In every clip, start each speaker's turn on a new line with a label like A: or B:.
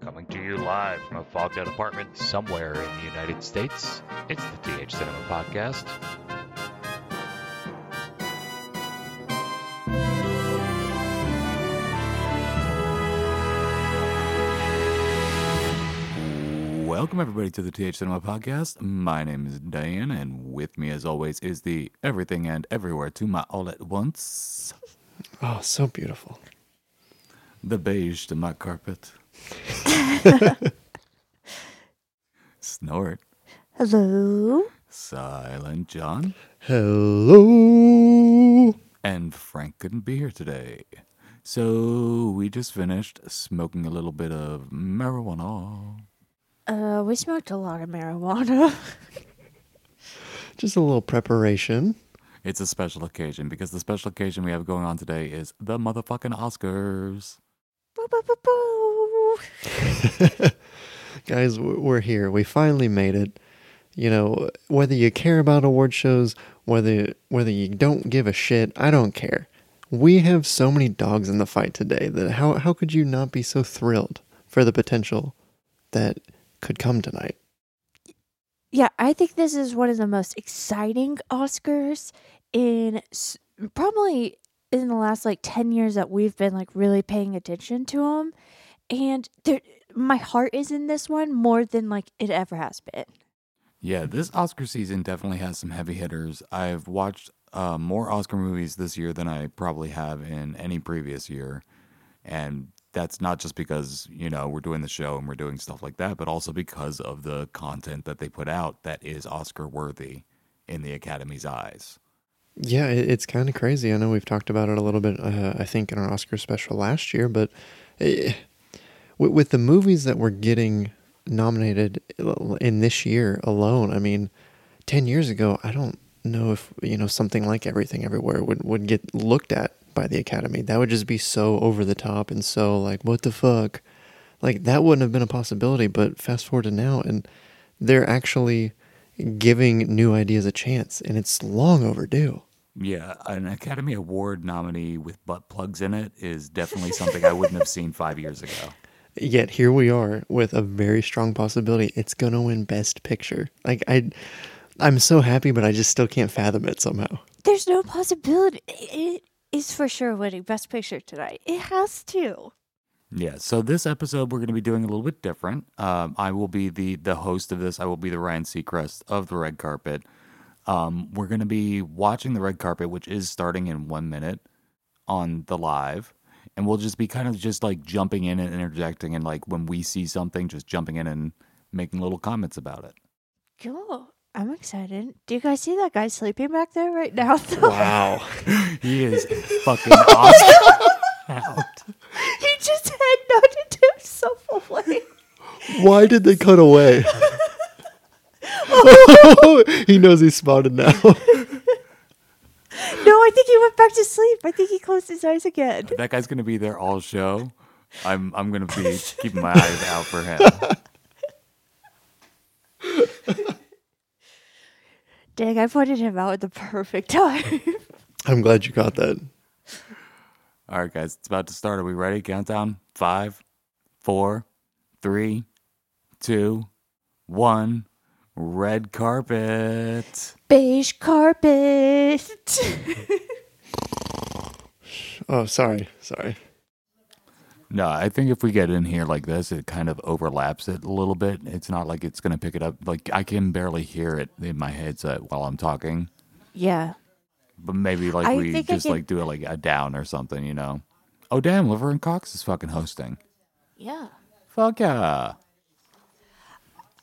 A: Coming to you live from a fogged out apartment somewhere in the United States, it's the TH Cinema Podcast.
B: Welcome, everybody, to the TH Cinema Podcast. My name is Dan, and with me, as always, is the everything and everywhere to my all at once,
C: Oh, so beautiful.
B: the beige to my carpet. Snort.
D: Hello.
B: Silent John
C: Hello.
B: and Frank couldn't be here today. So we just finished smoking a little bit of marijuana.
D: Uh, we smoked a lot of marijuana.
C: Just a little preparation.
B: It's a special occasion because the special occasion we have going on today is the motherfucking Oscars.
D: Boo, boo, boo, boo.
C: Guys, w- we're here. We finally made it. You know, whether you care about award shows, whether whether you don't give a shit, I don't care. We have so many dogs in the fight today that how how could you not be so thrilled for the potential that could come tonight?
D: Yeah, I think this is one of the most exciting Oscars in s- probably in the last like 10 years that we've been like really paying attention to them. And there, my heart is in this one more than like it ever has been.
B: Yeah, this Oscar season definitely has some heavy hitters. I've watched uh, more Oscar movies this year than I probably have in any previous year. And that's not just because, you know, we're doing the show and we're doing stuff like that, but also because of the content that they put out that is Oscar worthy in the Academy's eyes.
C: Yeah, it, it's kind of crazy. I know we've talked about it a little bit, uh, I think, in our Oscar special last year, but eh, with, with the movies that we're getting nominated eh, in this year alone, I mean, 10 years ago, I don't know if, you know, something like Everything Everywhere would, would get looked at by the Academy. That would just be so over the top and so like, what the fuck? Like, that wouldn't have been a possibility, but fast forward to now, and they're actually giving new ideas a chance, and it's long overdue.
B: Yeah, an Academy Award nominee with butt plugs in it is definitely something I wouldn't have seen five years ago.
C: Yet here we are with a very strong possibility it's going to win best picture. Like I I'm so happy but I just still can't fathom it somehow.
D: There's no possibility. It is for sure winning Best Picture tonight. It has to.
B: Yeah. So this episode we're going to be doing a little bit different. Um, I will be the the host of this. I will be the Ryan Seacrest of the red carpet. Um, we're going to be watching the red carpet, which is starting in one minute on the live, and we'll just be kind of just like jumping in and interjecting, and like when we see something, just jumping in and making little comments about it.
D: Cool. I'm excited. Do you guys see that guy sleeping back there right now?
C: Wow.
B: He is fucking awesome.
D: he just head nodded himself away.
C: Why did they cut away? he knows he's spotted now.
D: No, I think he went back to sleep. I think he closed his eyes again.
B: That guy's going to be there all show. I'm I'm going
D: Oh,
B: to be keeping my eyes out for him.
D: Dang, I pointed him out at the perfect time.
C: I'm glad you caught that.
B: All right, guys, it's about to start. Are we ready? Countdown five, four, three, two, one. Red carpet.
D: Beige carpet.
C: Oh, sorry. Sorry.
B: No, I think if we get in here like this, it kind of overlaps it a little bit. It's not like it's going to pick it up. Like, I can barely hear it in my headset while I'm talking.
D: yeah.
B: But maybe, like,
D: I
B: we
D: think I
B: just,
D: can-
B: like, do it like a down or something, you know? Oh, damn, Laverne Cox is fucking hosting.
D: Yeah.
B: Fuck yeah.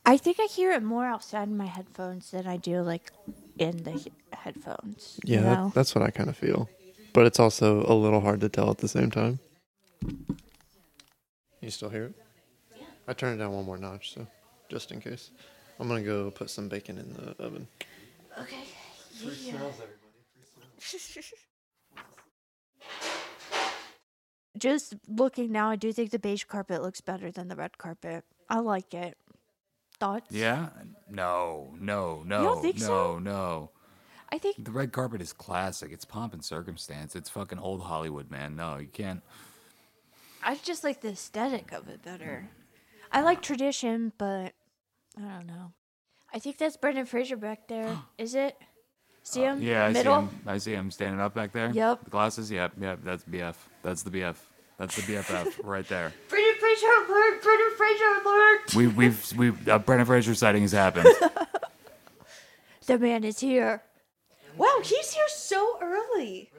D: I think I hear it more outside my headphones than I do like in the he- headphones. you
C: Yeah,
D: know?
C: that, that's what I kind of feel. But it's also a little hard to tell at the same time. You still hear it? I turned it down one more notch, so just in case. I'm gonna go put some bacon in the oven.
D: Okay. Yeah. Just looking now, I do think the beige carpet looks better than the red carpet. I like it. Thoughts?
B: Yeah? No, no, no.
D: don't think
B: no,
D: so?
B: no.
D: I think
B: The red carpet is classic. It's pomp and circumstance. It's fucking old Hollywood, man. No, you can't.
D: I just like the aesthetic of it better. I like tradition, but I don't know. I think that's Brendan Fraser back there. Is it? See him?
B: Uh, Yeah, I
D: Um, Middle?
B: see him. I see him standing up back there.
D: Yep.
B: The glasses. Yep. Yep. That's BF. That's the BF. That's the BFF right there.
D: Brendan Fraser alert! Brendan Fraser alert!
B: We we've we uh, Brendan Fraser sighting has happened.
D: The man is here. Wow, he's here so early.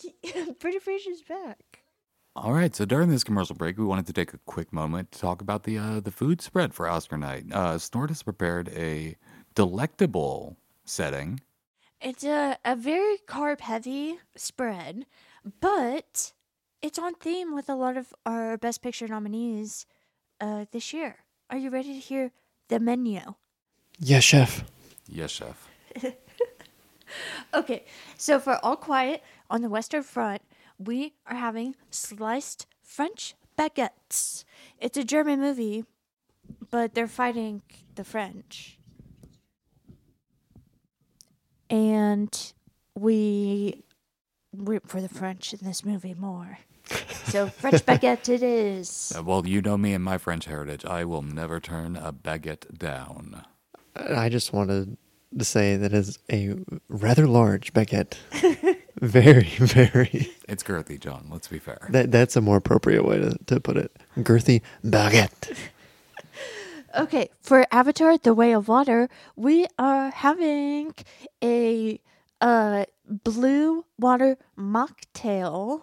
D: He- Brendan Fraser's back.
B: All right, so during this commercial break, we wanted to take a quick moment to talk about the uh, the food spread for Oscar night. Uh, Snort has prepared a delectable setting.
D: It's a, a very carb heavy spread, but it's on theme with a lot of our Best Picture nominees uh, this year. Are you ready to hear the menu?
C: Yes, chef.
B: Yes, chef.
D: Okay, so for All Quiet on the Western Front, we are having sliced French baguettes. It's a German movie, but they're fighting the French. And we root for the French in this movie more. So French baguette it is.
B: Uh, well, you know me and my French heritage. I will never turn a baguette down.
C: I just wanted to say that is a rather large baguette. very, very.
B: It's girthy, John. Let's be fair.
C: That that's a more appropriate way to, to put it. Girthy baguette.
D: Okay, for Avatar: The Way of Water, we are having a uh, blue water mocktail.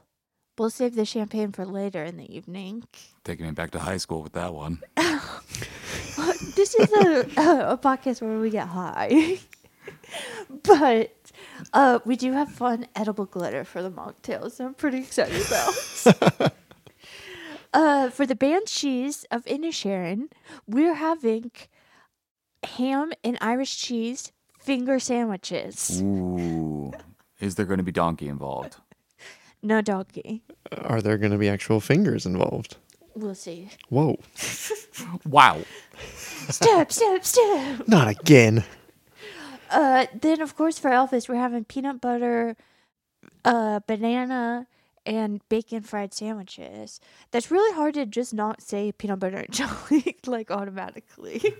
D: We'll save the champagne for later in the evening.
B: Taking me back to high school with that one.
D: Uh, this is a, a, a podcast where we get high, but uh, we do have fun edible glitter for the mocktails. I'm pretty excited about. uh, for the Banshees of Inisherin, we're having ham and Irish cheese finger sandwiches.
B: Ooh, is there going to be donkey involved?
D: No doggy.
C: Are there going to be actual fingers involved?
D: We'll see.
C: Whoa!
B: Wow.
D: Step, step, step.
C: Not again.
D: Uh, then of course for Elvis, we're having peanut butter, uh, banana, and bacon fried sandwiches. That's really hard to just not say peanut butter and jelly like automatically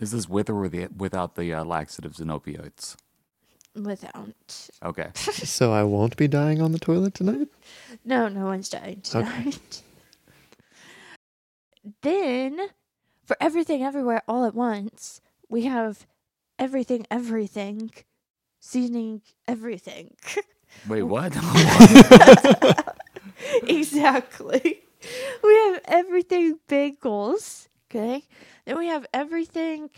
B: Is this with or with the, without the uh, laxatives and opioids?
D: without.
B: Okay.
C: So I won't be dying on the toilet tonight.
D: No, no one's dying
C: Okay.
D: tonight. then for everything everywhere all at once, we have everything everything seasoning everything.
B: Wait, what?
D: exactly. We have everything bagels. Okay. Then we have everything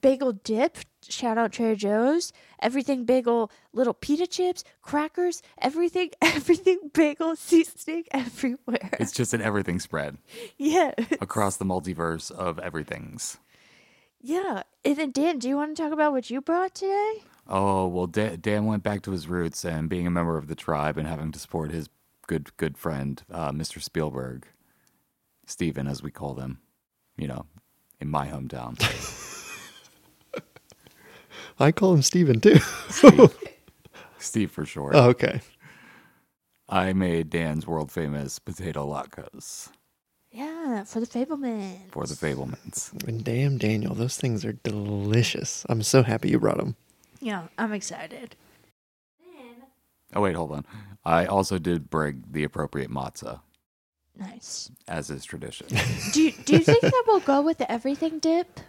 D: bagel dip. Shout out Trader Joe's. Everything bagel, little pita chips, crackers, everything, everything bagel seasoning everywhere.
B: it's just an everything spread.
D: yeah.
B: across the multiverse of everything's.
D: Yeah. And then, Dan, do you want to talk about what you brought today?
B: Oh well, Dan, Dan went back to his roots and being a member of the tribe and having to support his good good friend, uh, Mr. Spielberg, Steven, as we call them, you know, in my hometown.
C: I call him Steven too.
B: Steve, Steve for short.
C: Oh, okay.
B: I made Dan's world famous potato latkes
D: Yeah, for the Fableman.
B: for the Fablemans.
C: And damn, Daniel, those things are delicious. I'm so happy you brought them.
D: Yeah, I'm excited.
B: Oh wait, hold on. I also did bring the appropriate matzah,
D: Nice.
B: as is tradition.
D: Do you, do you think that will go with the everything dip?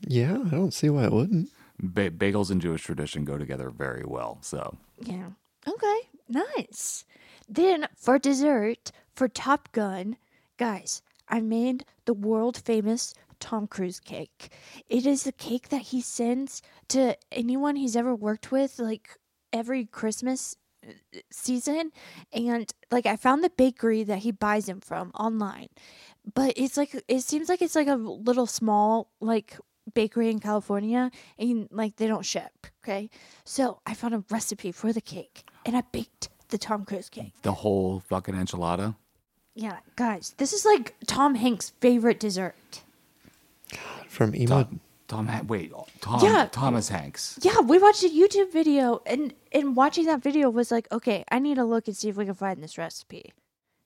C: Yeah, I don't see why it wouldn't.
B: ba- bagels and Jewish tradition go together very well, so
D: Yeah. Okay. Nice. Then for dessert, for Top Gun, guys, I made the world famous Tom Cruise cake. It is the cake that he sends to anyone he's ever worked with, like every Christmas uh, season. And like I found the bakery that he buys them from online. But it's like, it seems like it's like a little small, like, bakery in California and like they don't ship, okay? So I found a recipe for the cake and I baked the Tom Cruise cake.
B: the whole fucking enchilada.
D: Yeah, guys, this is like Tom Hanks' favorite dessert.
C: From emo.
B: Tom, Tom Han- wait, Tom,
D: Yeah.
B: Thomas Hanks.
D: Yeah, we watched a YouTube video and and watching that video was like, okay, I need to look and see if we can find this recipe.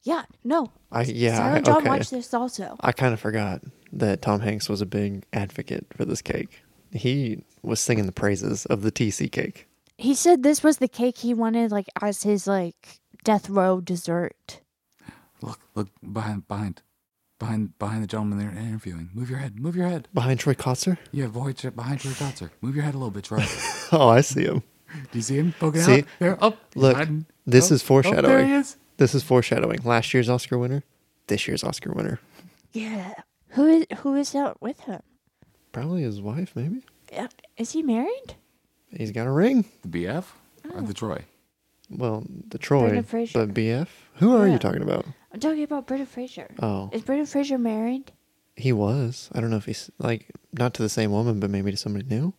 D: Yeah, no.
C: I yeah.
D: Silent
C: I,
D: John
C: okay.
D: watched this also.
C: I kind of forgot that Tom Hanks was a big advocate for this cake. He was singing the praises of the TC cake.
D: He said this was the cake he wanted, like as his like death row dessert.
B: Look, look behind, behind, behind, behind the gentleman they're interviewing. Move your head, move your head.
C: Behind Troy Kotzer?
B: Yeah, void ship behind your concert. Move your head a little bit, Troy.
C: Oh, I see him.
B: Do you see him poking
C: See?
B: out? There, up.
C: Look, this is
B: Oh, there he
C: foreshadowing.
B: is.
C: This is foreshadowing. Last year's Oscar winner, this year's Oscar winner.
D: Yeah. Who is who is out with him?
C: Probably his wife, maybe.
D: Yeah. Is he married?
C: He's got a ring.
B: The BF or the Troy?
C: Well, the Troy,
D: Brendan
C: but
D: Fraser.
C: BF. Who are
D: Yeah.
C: you talking about?
D: I'm talking about Brendan Fraser.
C: Oh,
D: Is Brendan Fraser married?
C: he was. I don't know if he's like not to the same woman, but maybe to somebody new.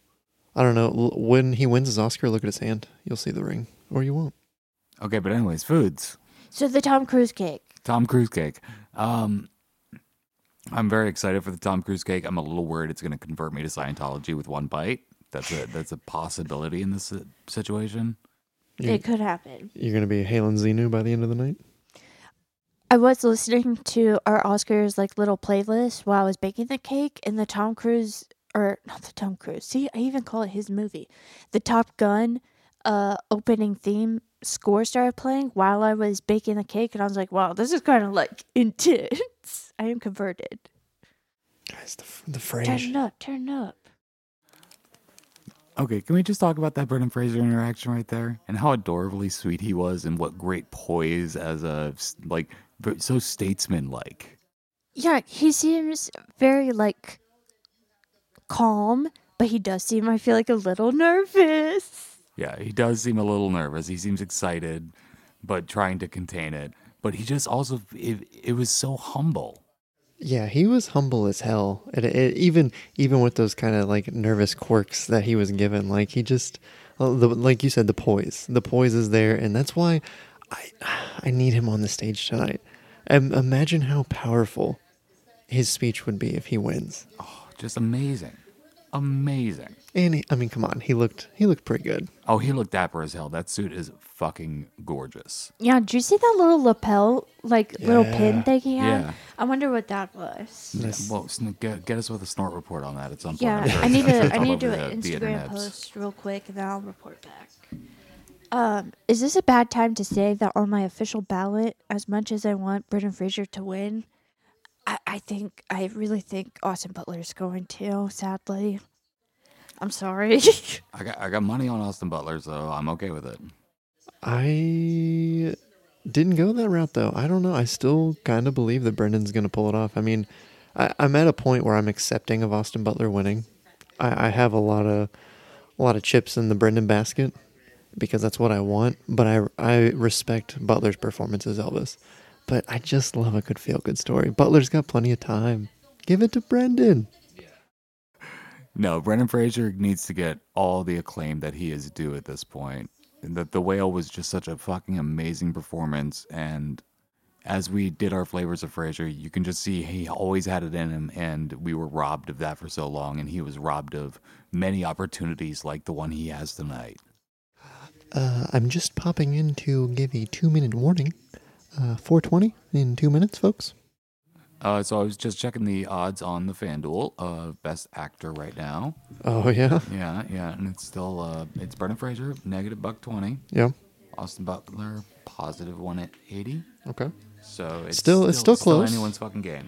C: I don't know. L- When he wins his Oscar, look at his hand. You'll see the ring, or you won't.
B: Okay, but anyways, foods.
D: So the Tom Cruise cake.
B: Tom Cruise cake. Um, I'm very excited for the Tom Cruise cake. I'm a little worried it's going to convert me to Scientology with one bite. That's a that's a possibility in this si- situation.
C: You-
D: It could happen.
C: You're gonna be hailing Zenu by the end of the night.
D: I was listening to our Oscars like little playlist while I was baking the cake, and the Tom Cruise or not the Tom Cruise. See, I even call it his movie, the Top Gun, uh, opening theme score started playing while I was baking the cake, and I was like, "Wow, this is kind of like intense." I am converted.
C: Guys, the f- the
D: Turn
C: phrase.
D: it up, turn it up.
B: Okay, can we just talk about that Brendan Fraser interaction right there and how adorably sweet he was and what great poise as a s- like v- so statesmanlike.
D: Yeah, he seems very like calm, but he does seem. I feel like a little nervous.
B: Yeah, he does seem a little nervous. He seems excited, but trying to contain it. But he just also it, it was so humble.
C: Yeah, he was humble as hell, and it, it- even even with those kind of like nervous quirks that he was given, like he just, well, the, like you said, the poise, the poise is there, and that's why I I need him on the stage tonight. Um, imagine how powerful his speech would be if he wins.
B: Just amazing, amazing.
C: And he, I mean, come on, he looked he looked pretty good.
B: Oh, he looked dapper as hell. That suit is fucking gorgeous.
D: Yeah, did you see that little lapel, like little
C: Yeah.
D: pin thing he had?
B: Yeah.
D: I wonder what that was.
B: Yeah, well, sn- get, get us with a snort report on that at some point.
D: Yeah,
B: I'm sure
D: I need
B: it's- it's
D: to I
B: all
D: need to do
B: over
D: an
B: the- the
D: Instagram
B: internets.
D: post real quick and then I'll report back. Um, is this a bad time to say that on my official ballot, as much as I want Brendan Fraser to win, I, I think I really think Austin Butler's going to, sadly. I'm sorry.
B: I got I got money on Austin Butler, so I'm okay with it.
C: I didn't go that route though. I don't know. I still kind of believe that Brendan's going to pull it off. I mean, I, I'm at a point where I'm accepting of Austin Butler winning. I, I have a lot of a lot of chips in the Brendan basket because that's what I want. But I I respect Butler's performance as Elvis. But I just love a good feel good story. Butler's got plenty of time. Give it to Brendan.
B: No, Brendan Fraser needs to get all the acclaim that he is due at this point. And That the whale was just such a fucking amazing performance, and as we did our flavors of Fraser, you can just see he always had it in him, and we were robbed of that for so long, and he was robbed of many opportunities like the one he has tonight.
C: Uh, I'm just popping in to give a two minute warning. Uh, 420 in two minutes, folks.
B: Uh, so I was just checking the odds on the FanDuel of Best Actor right now.
C: Oh yeah,
B: Yeah, yeah, and it's still uh, it's Brendan Fraser negative buck twenty,
C: yeah.
B: Austin Butler positive one at eighty.
C: Okay.
B: So it's
C: Still- it's still close.
B: anyone's fucking game.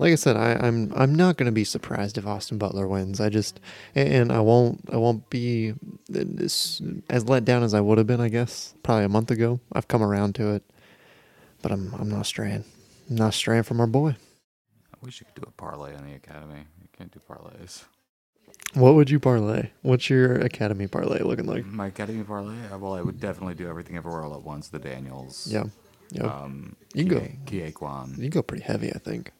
C: Like I said, I, I'm I'm not gonna be surprised if Austin Butler wins. I just and I won't I won't be as as let down as I would have been. I guess probably a month ago. I've come around to it, but I'm I'm not straying. I'm not straying from our boy.
B: I wish you could do a parlay on the Academy. You can't do parlays.
C: What would you parlay? What's your academy parlay looking like?
B: My Academy parlay. uh, Well, I would definitely do everything everywhere all at once. The Daniels.
C: Yeah, yeah.
B: Um,
C: You go.
B: Kie Kwan.
C: you go pretty heavy, I think.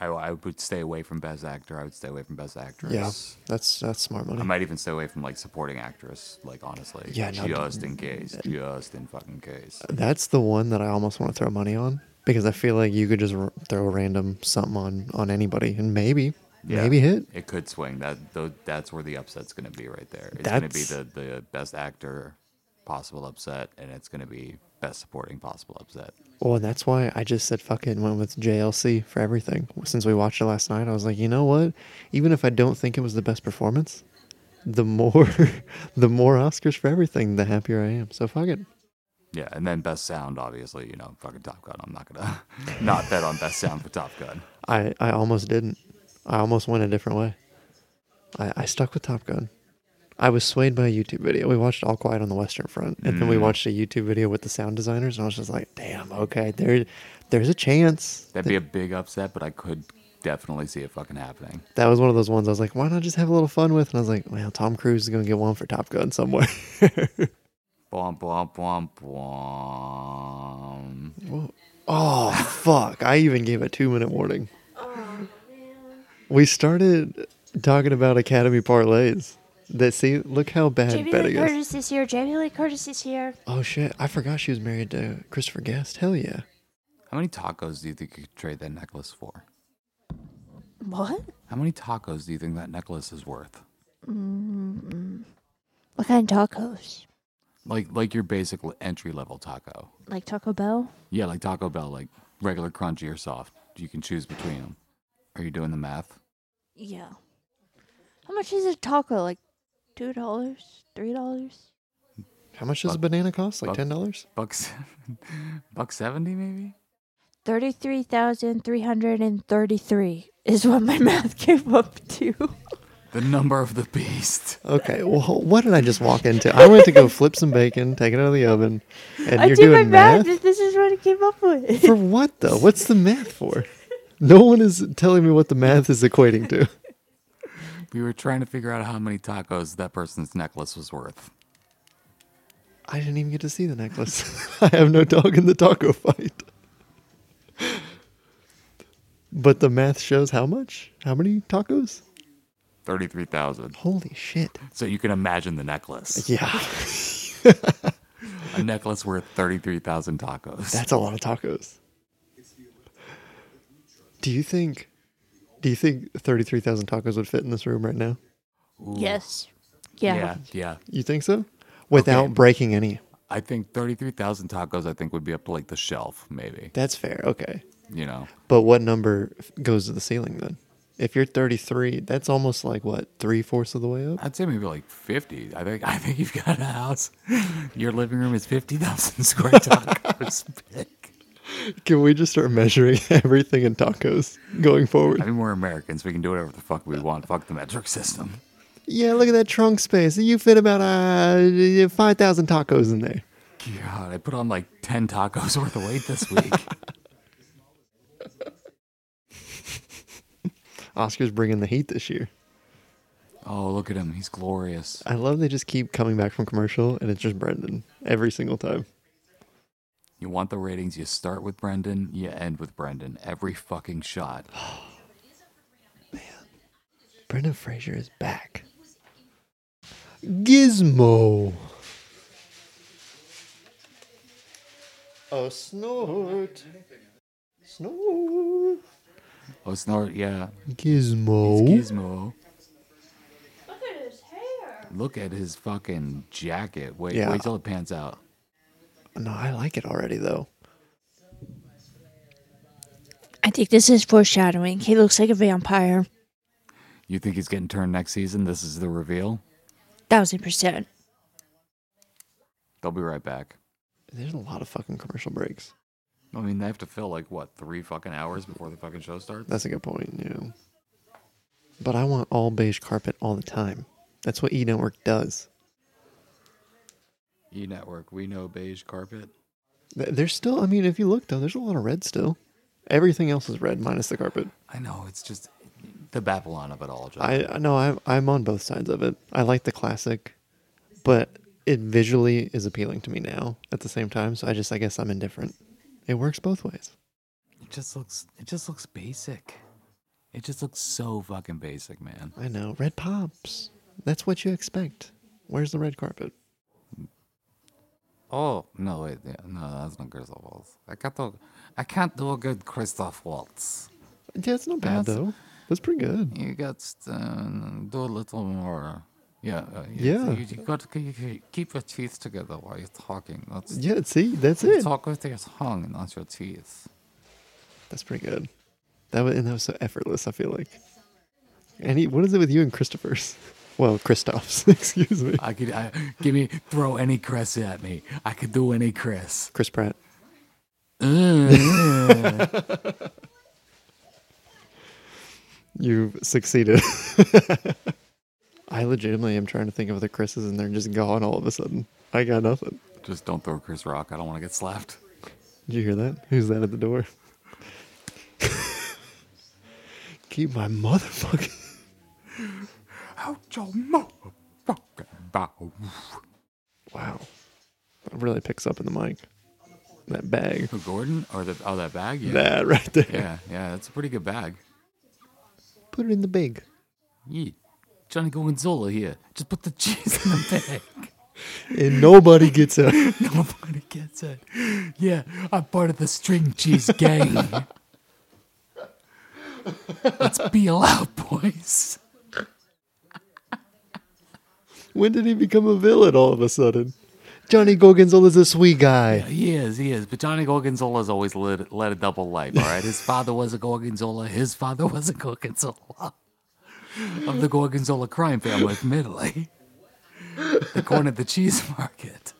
B: I, I would stay away from Best Actor. I would stay away from Best Actress.
C: Yeah, that's that's smart money.
B: I might even stay away from like supporting actress, like honestly.
C: Yeah, no,
B: just in case. Just in fucking case.
C: That's the one that I almost want to throw money on because I feel like you could just r- throw random something on on anybody and maybe
B: Yeah.
C: maybe hit.
B: It could swing. That though that's where the upset's gonna be right there. It's gonna be
C: That's-
B: the, the best actor possible upset, and it's going to be best supporting possible upset.
C: Well, Oh, and that's why I just said fuck it and went with JLC for everything. Since we watched it last night, I was like, you know what? Even if I don't think it was the best performance, the more, the more Oscars for everything, the happier I am. So fuck it.
B: Yeah, and then best sound, obviously, you know, fucking Top Gun. I'm not gonna not bet on best sound for Top Gun.
C: I, I almost didn't. I almost went a different way. I, I stuck with Top Gun. I was swayed by a YouTube video. We watched All Quiet on the Western Front, and then we watched a YouTube video with the sound designers, and I was just like, "Damn, okay, there, there's a chance."
B: That'd be a big upset, but I could definitely see it fucking happening.
C: That was one of those ones I was like, "Why not just have a little fun with?" And I was like, "Well, Tom Cruise is gonna get one for Top Gun somewhere."
B: Bwomp, bwomp, bwomp, bwomp.
C: oh fuck! I even gave a two minute warning. We started talking about Academy parlays. That see, look how bad
D: Jamie Lee
C: betting is.
D: Curtis is here. Jamie Lee Curtis is here.
C: Oh shit! I forgot she was married to Christopher Guest. Hell yeah!
B: How many tacos do you think you could trade that necklace for?
D: What?
B: How many tacos do you think that necklace is worth?
D: Mm-hmm. What kind of tacos?
B: Like like your basic le- entry level taco.
D: Like Taco Bell?
B: Yeah, like Taco Bell, like regular crunchy or soft. You can choose between them. Are you doing the math?
D: Yeah. How much is a taco? Like two dollars, three dollars?
C: How much does a banana cost? Like
B: Buck-
C: ten dollars?
B: Buck seven, buck seventy maybe.
D: Thirty-three thousand three hundred and thirty-three is what my math came up to.
B: The number of the beast.
C: Okay. Well, what did I just walk into? I went to go flip some bacon, take it out of the oven, and
D: I
C: you're
D: did my
C: doing math.
D: math. This is what I came up with.
C: For what though? What's the math for? No one is telling me what the math is equating to.
B: We were trying to figure out how many tacos that person's necklace was worth.
C: I didn't even get to see the necklace. I have no dog in the taco fight. But the math shows how much? How many tacos?
B: Thirty-three thousand.
C: Holy shit.
B: So you can imagine the necklace.
C: Yeah.
B: A necklace worth thirty-three thousand tacos.
C: That's a lot of tacos. Do you think do you think 33,000 tacos would fit in this room right now?
D: Yes. Yeah.
B: yeah, yeah.
C: You think so? Without
B: Okay.
C: breaking any.
B: I think thirty-three thousand tacos. I think would be up to like the shelf, maybe.
C: That's fair. Okay.
B: You know,
C: But what number f- goes to the ceiling then? If you're 33, that's almost like what three fourths of the way up.
B: I'd say maybe like fifty. I think. I think you've got a house. Your living room is fifty thousand square tacos big.
C: Can we just start measuring everything in tacos going
B: I
C: forward?
B: mean, we're Americans. We can do whatever the fuck we want. Fuck the metric system.
C: Yeah, look at that trunk space. You fit about uh, 5,000 tacos in there.
B: God, I put on like 10 tacos worth of weight this week.
C: Oscar's bringing the heat this year.
B: oh, look at him. He's glorious.
C: I love they just keep coming back from commercial and it's just Brendan every single time.
B: You want the ratings, you start with Brendan, you end with Brendan. Every fucking shot.
C: Brendan Fraser is back. Gizmo. Oh, snort. Snort.
B: Oh, snort, yeah.
C: Gizmo.
B: Gizmo.
D: Look at his hair.
B: Look at his fucking jacket. Wait,
C: Yeah.
B: wait till it pans out.
C: no, I like it already though.
D: I think this is foreshadowing. He looks like a vampire.
B: You think he's getting turned next season? This is the reveal?
D: Thousand percent.
B: They'll be right back.
C: There's a lot of fucking commercial breaks.
B: I mean, they have to fill like, what, three fucking hours before the fucking show starts?
C: That's a good point, yeah. But I want all beige carpet all the time. That's what E Network does.
B: E Network, we know beige carpet.
C: Th- There's still, I mean, if you look though, there's a lot of red still. Everything else is red minus the carpet.
B: I know, it's just the Babylon of it all, John.
C: I I know I'm I'm on both sides of it. I like the classic, but it visually is appealing to me now. At the same time, so I just I guess I'm indifferent. It works both ways.
B: It just looks it just looks basic. It just looks so fucking basic, man.
C: I know red pops. That's what you expect. Where's the red carpet?
B: Oh no, wait, yeah, no, that's not Christoph Waltz. I can't do, I can't do a good Christoph Waltz.
C: Yeah, it's not bad
B: That's-
C: though. That's pretty good.
B: You got to uh, do a little more Yeah. Uh,
C: Yeah.
B: You, you got to keep, keep your teeth together while you're talking. That's
C: Yeah, see, that's
B: you
C: it.
B: Talk with your tongue, not your teeth.
C: That's pretty good. That was, and that was so effortless. I feel like. And he, what is it with you and Christopher's? Well, Christoph's. excuse me.
B: I could I, give me throw any Chris at me. I could do any Chris.
C: Chris Pratt. You've succeeded. I legitimately am trying to think of the Chris's, and they're just gone all of a sudden. I got nothing.
B: Just don't throw Chris Rock. I don't want to get slapped.
C: Did you hear that? Who's that at the door? Keep my motherfucking.
B: Out your motherfucking mouth.
C: Wow. That really picks up in the mic. That bag.
B: Who, Gordon or the oh that bag? Yeah.
C: That right there.
B: Yeah, yeah, that's a pretty good bag.
C: Put it in the bag.
B: Yeah. Johnny Gorgonzola here. Just put the cheese in the bag.
C: And nobody gets up.
B: Nobody gets it. Yeah, I'm part of the string cheese gang. Let's be loud, boys.
C: When did he become a villain all of a sudden? Johnny Gorgonzola's a sweet guy.
B: He is, he is. But Johnny Gorgonzola's always led, led a double life, all right? His father was a Gorgonzola. His father was a Gorgonzola. Of the Gorgonzola crime family from Italy. They cornered the cheese market.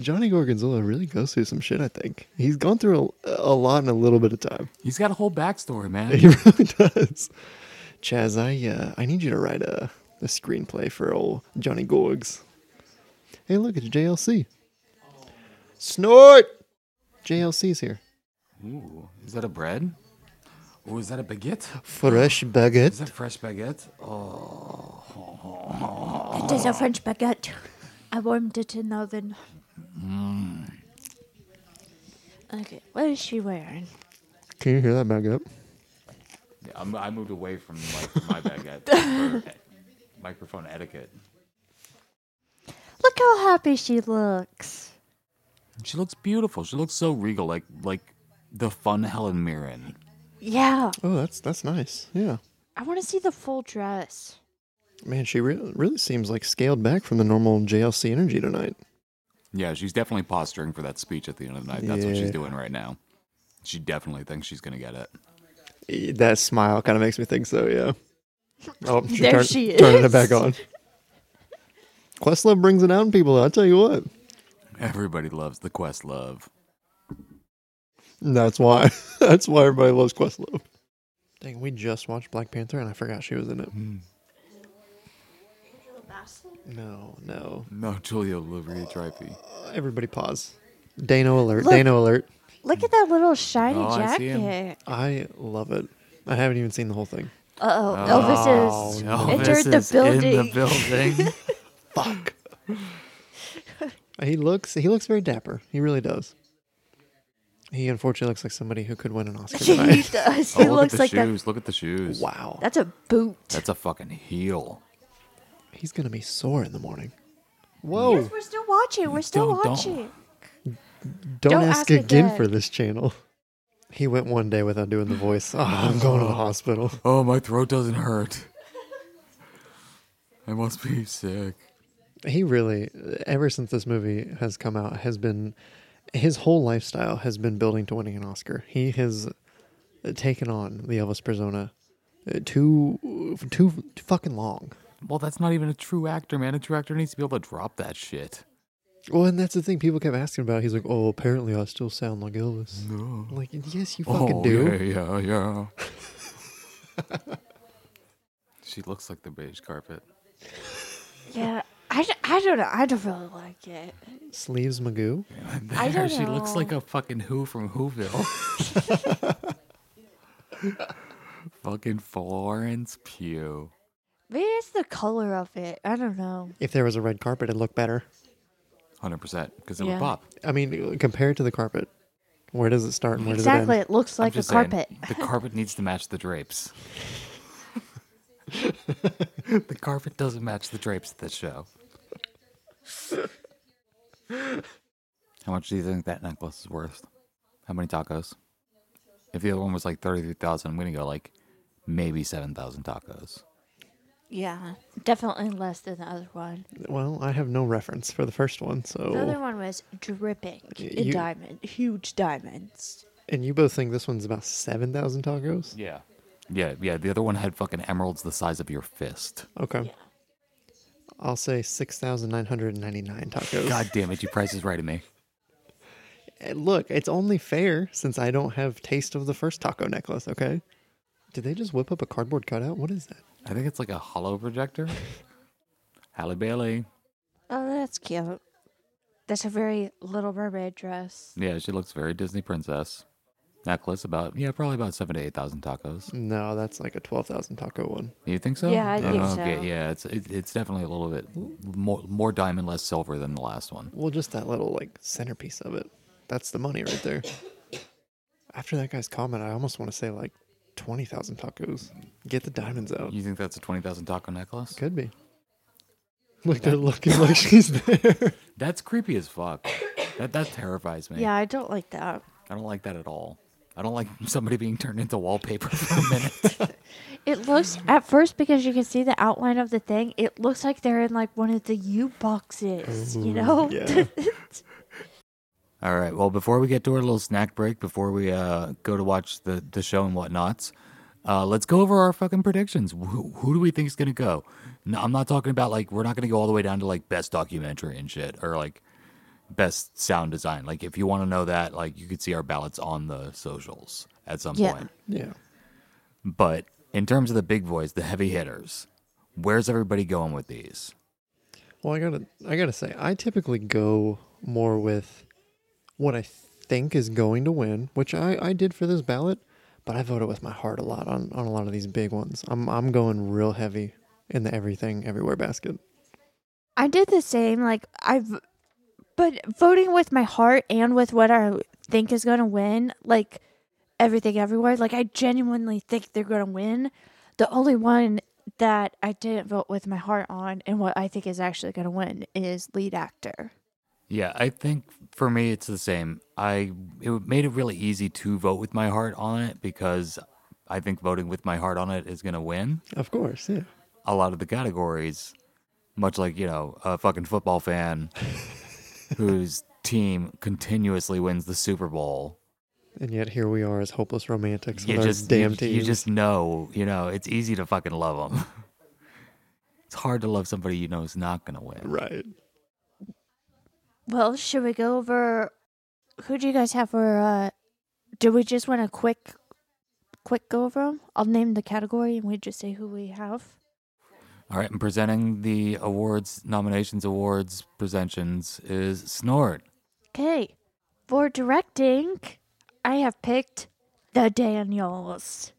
C: Johnny Gorgonzola really goes through some shit, I think. He's gone through a, a lot in a little bit of time.
B: He's got a whole backstory, man.
C: He really does. Chaz, I uh, I need you to write a, a screenplay for old Johnny Gorgs. Hey, look, it's JLC. Snort! JLC's here.
B: Ooh, is that a bread? Or is that a baguette?
C: Fresh
B: Is
C: baguette.
B: that fresh baguette? Oh,
D: Oh. It is a French baguette. I warmed it in the oven. Mm. Okay, what is she wearing?
C: Can you hear that baguette?
B: Yeah, I'm, I moved away from like my baguette for e- microphone etiquette.
D: Look how happy she looks.
B: She looks beautiful. She looks so regal, like like the fun Helen Mirren.
D: Yeah,
C: Oh, that's that's nice. Yeah.
D: I want to see the full dress.
C: Man, she re- really seems like scaled back from the normal JLC energy tonight.
B: Yeah, she's definitely posturing for that speech at the end of the night. That's what she's
C: Yeah.
B: doing right now. She definitely thinks she's gonna get it.
C: Eh, That smile kind of makes me think so, yeah. Oh,
D: There she
C: Turning it
D: is.
C: back on. Questlove brings it out in people, I'll tell you what.
B: Everybody loves the quest love.
C: That's why. That's why everybody loves Questlove. Dang, we just watched Black Panther and I forgot she was in it. No, no.
B: No, Julia Louis Dreyfus.
C: Everybody pause. Dano alert.
D: Look.
C: Dano alert.
D: Look at that little shiny
B: Oh, I see 'em.
D: jacket.
C: I love it. I haven't even seen the whole thing.
B: Oh.
D: Uh-oh, Elvis is entered the building.
B: In the building.
C: Fuck. he looks he looks very dapper. He really does. He unfortunately looks like somebody who could win an Oscar
D: he
C: tonight.
D: does.
B: oh,
D: he
B: look
D: looks
B: at the
D: like that.
B: shoes. Look at the shoes.
C: wow.
D: That's a boot.
B: That's a fucking heel.
C: He's gonna be sore in the morning. Whoa.
D: We're still watching. We're still
B: Don't- don't.
D: watching.
C: Don't,
D: Don't
C: ask,
D: ask
C: again,
D: again.
C: for this channel. He went one day without doing the voice. Oh, I'm going to the hospital.
B: Oh, my throat doesn't hurt. I must be sick.
C: He really, ever since this movie has come out, has been his whole lifestyle has been building to winning an Oscar. He has taken on the Elvis persona uh, too too fucking long.
B: Well, that's not even a true actor, man. A true actor needs to be able to drop that shit.
C: Well, and that's the thing people kept asking about. He's like, "Oh, apparently I still sound like Elvis." No. Like, yes, you fucking
B: oh,
C: do.
B: Yeah, yeah, yeah. she looks like the beige carpet.
D: Yeah, I, d- I don't know. I don't really like it.
C: Sleeves Magoo.
D: I don't
B: she looks
D: know.
B: like a fucking Who from Whoville. fucking Florence Pugh.
D: Maybe it's the color of it. I don't know.
C: If there was a red carpet, it'd look better.
B: 100%, because it
D: Yeah.
B: would pop.
C: I mean, compared to the carpet, where does it start and where does
D: exactly.
C: it
D: It looks
B: I'm
D: like a
B: just saying,
D: carpet.
B: the carpet needs to match the drapes. the carpet doesn't match the drapes at this show. How much do you think that necklace is worth? How many tacos? If the other one was like thirty-three thousand, I'm gonna go like maybe 7,000 tacos.
D: Yeah, definitely less than the other one.
C: Well, I have no reference for the first one, so
D: The
B: Oh.
D: other one was dripping in
C: you-
D: diamond, huge diamonds.
C: and you both think this one's about seven thousand tacos?
A: Yeah.
B: Yeah, yeah. The other one had fucking emeralds the size of your fist.
C: Okay. I'll say six thousand nine hundred and ninety nine tacos.
B: God damn it, you price is right at me.
C: Eh, Look, it's only fair since I don't have taste of the first taco necklace, okay? Did they just whip up a cardboard cutout? What is that?
B: I think it's like a hollow projector. Halle Bailey.
D: Oh, that's cute. That's a very Little Mermaid dress.
B: Yeah, she looks very Disney princess. Necklace about yeah, probably about seven to eight thousand tacos.
C: No, that's like a 12,000 taco one.
B: You think so? Oh,
D: Yeah, I think
B: okay,
D: so.
B: Yeah, it's it, it's definitely a little bit more more diamond, less silver than the last one.
C: Well, just that little like centerpiece of it. That's the money right there. After that guy's comment, I almost want to say like 20,000 tacos. Get the diamonds out.
B: You think that's a twenty thousand taco necklace?
C: Could be. Look, they're looking like she's there.
B: That's creepy as fuck. That that terrifies me.
D: Yeah, I don't like that.
B: I don't like that at all. I don't like somebody being turned into wallpaper for a minute.
D: It looks at first because you can see the outline of the thing. It looks like they're in like one of the U boxes, you know?
C: yeah.
B: all right. Well, before we get to our little snack break, before we uh, go to watch the the show and whatnots, uh, let's go over our fucking predictions. Who, who do we think is gonna go? No, I'm not talking about like we're not gonna go all the way down to like best documentary and shit or like best sound design. Like if you want to know that, like you could see our ballots on the socials at some
D: Yeah.
B: point.
C: Yeah.
B: But in terms of the big boys, the heavy hitters, where's everybody going with these?
C: Well, I gotta, I gotta say, I typically go more with what I think is going to win, which I, I did for this ballot, but I voted with my heart a lot on, on a lot of these big ones. I'm, I'm going real heavy in the everything, everywhere basket.
D: I did the same. Like I've, but voting with my heart and with what I think is going to win, like everything everywhere. Like I genuinely think they're going to win. The only one that I didn't vote with my heart on and what I think is actually going to win is lead actor.
B: Yeah, I think for me it's the same. I it made it really easy to vote with my heart on it because I think voting with my heart on it is going to win
C: Of course, yeah.
B: a lot of the categories. Much like you know a fucking football fan whose team continuously wins the Super Bowl.
C: And yet here we are as hopeless romantics
B: you
C: with
B: just
C: our damn
B: you,
C: teams.
B: you just know you know it's easy to fucking love them it's hard to love somebody you know is not gonna win
C: right.
D: Well, should we go over who do you guys have for? uh Do we just want a quick, quick go over 'em? I'll name the category and we just say who we have.
B: all right and presenting the awards nominations awards presentions is snort
D: Okay. For directing, I have picked the Daniels.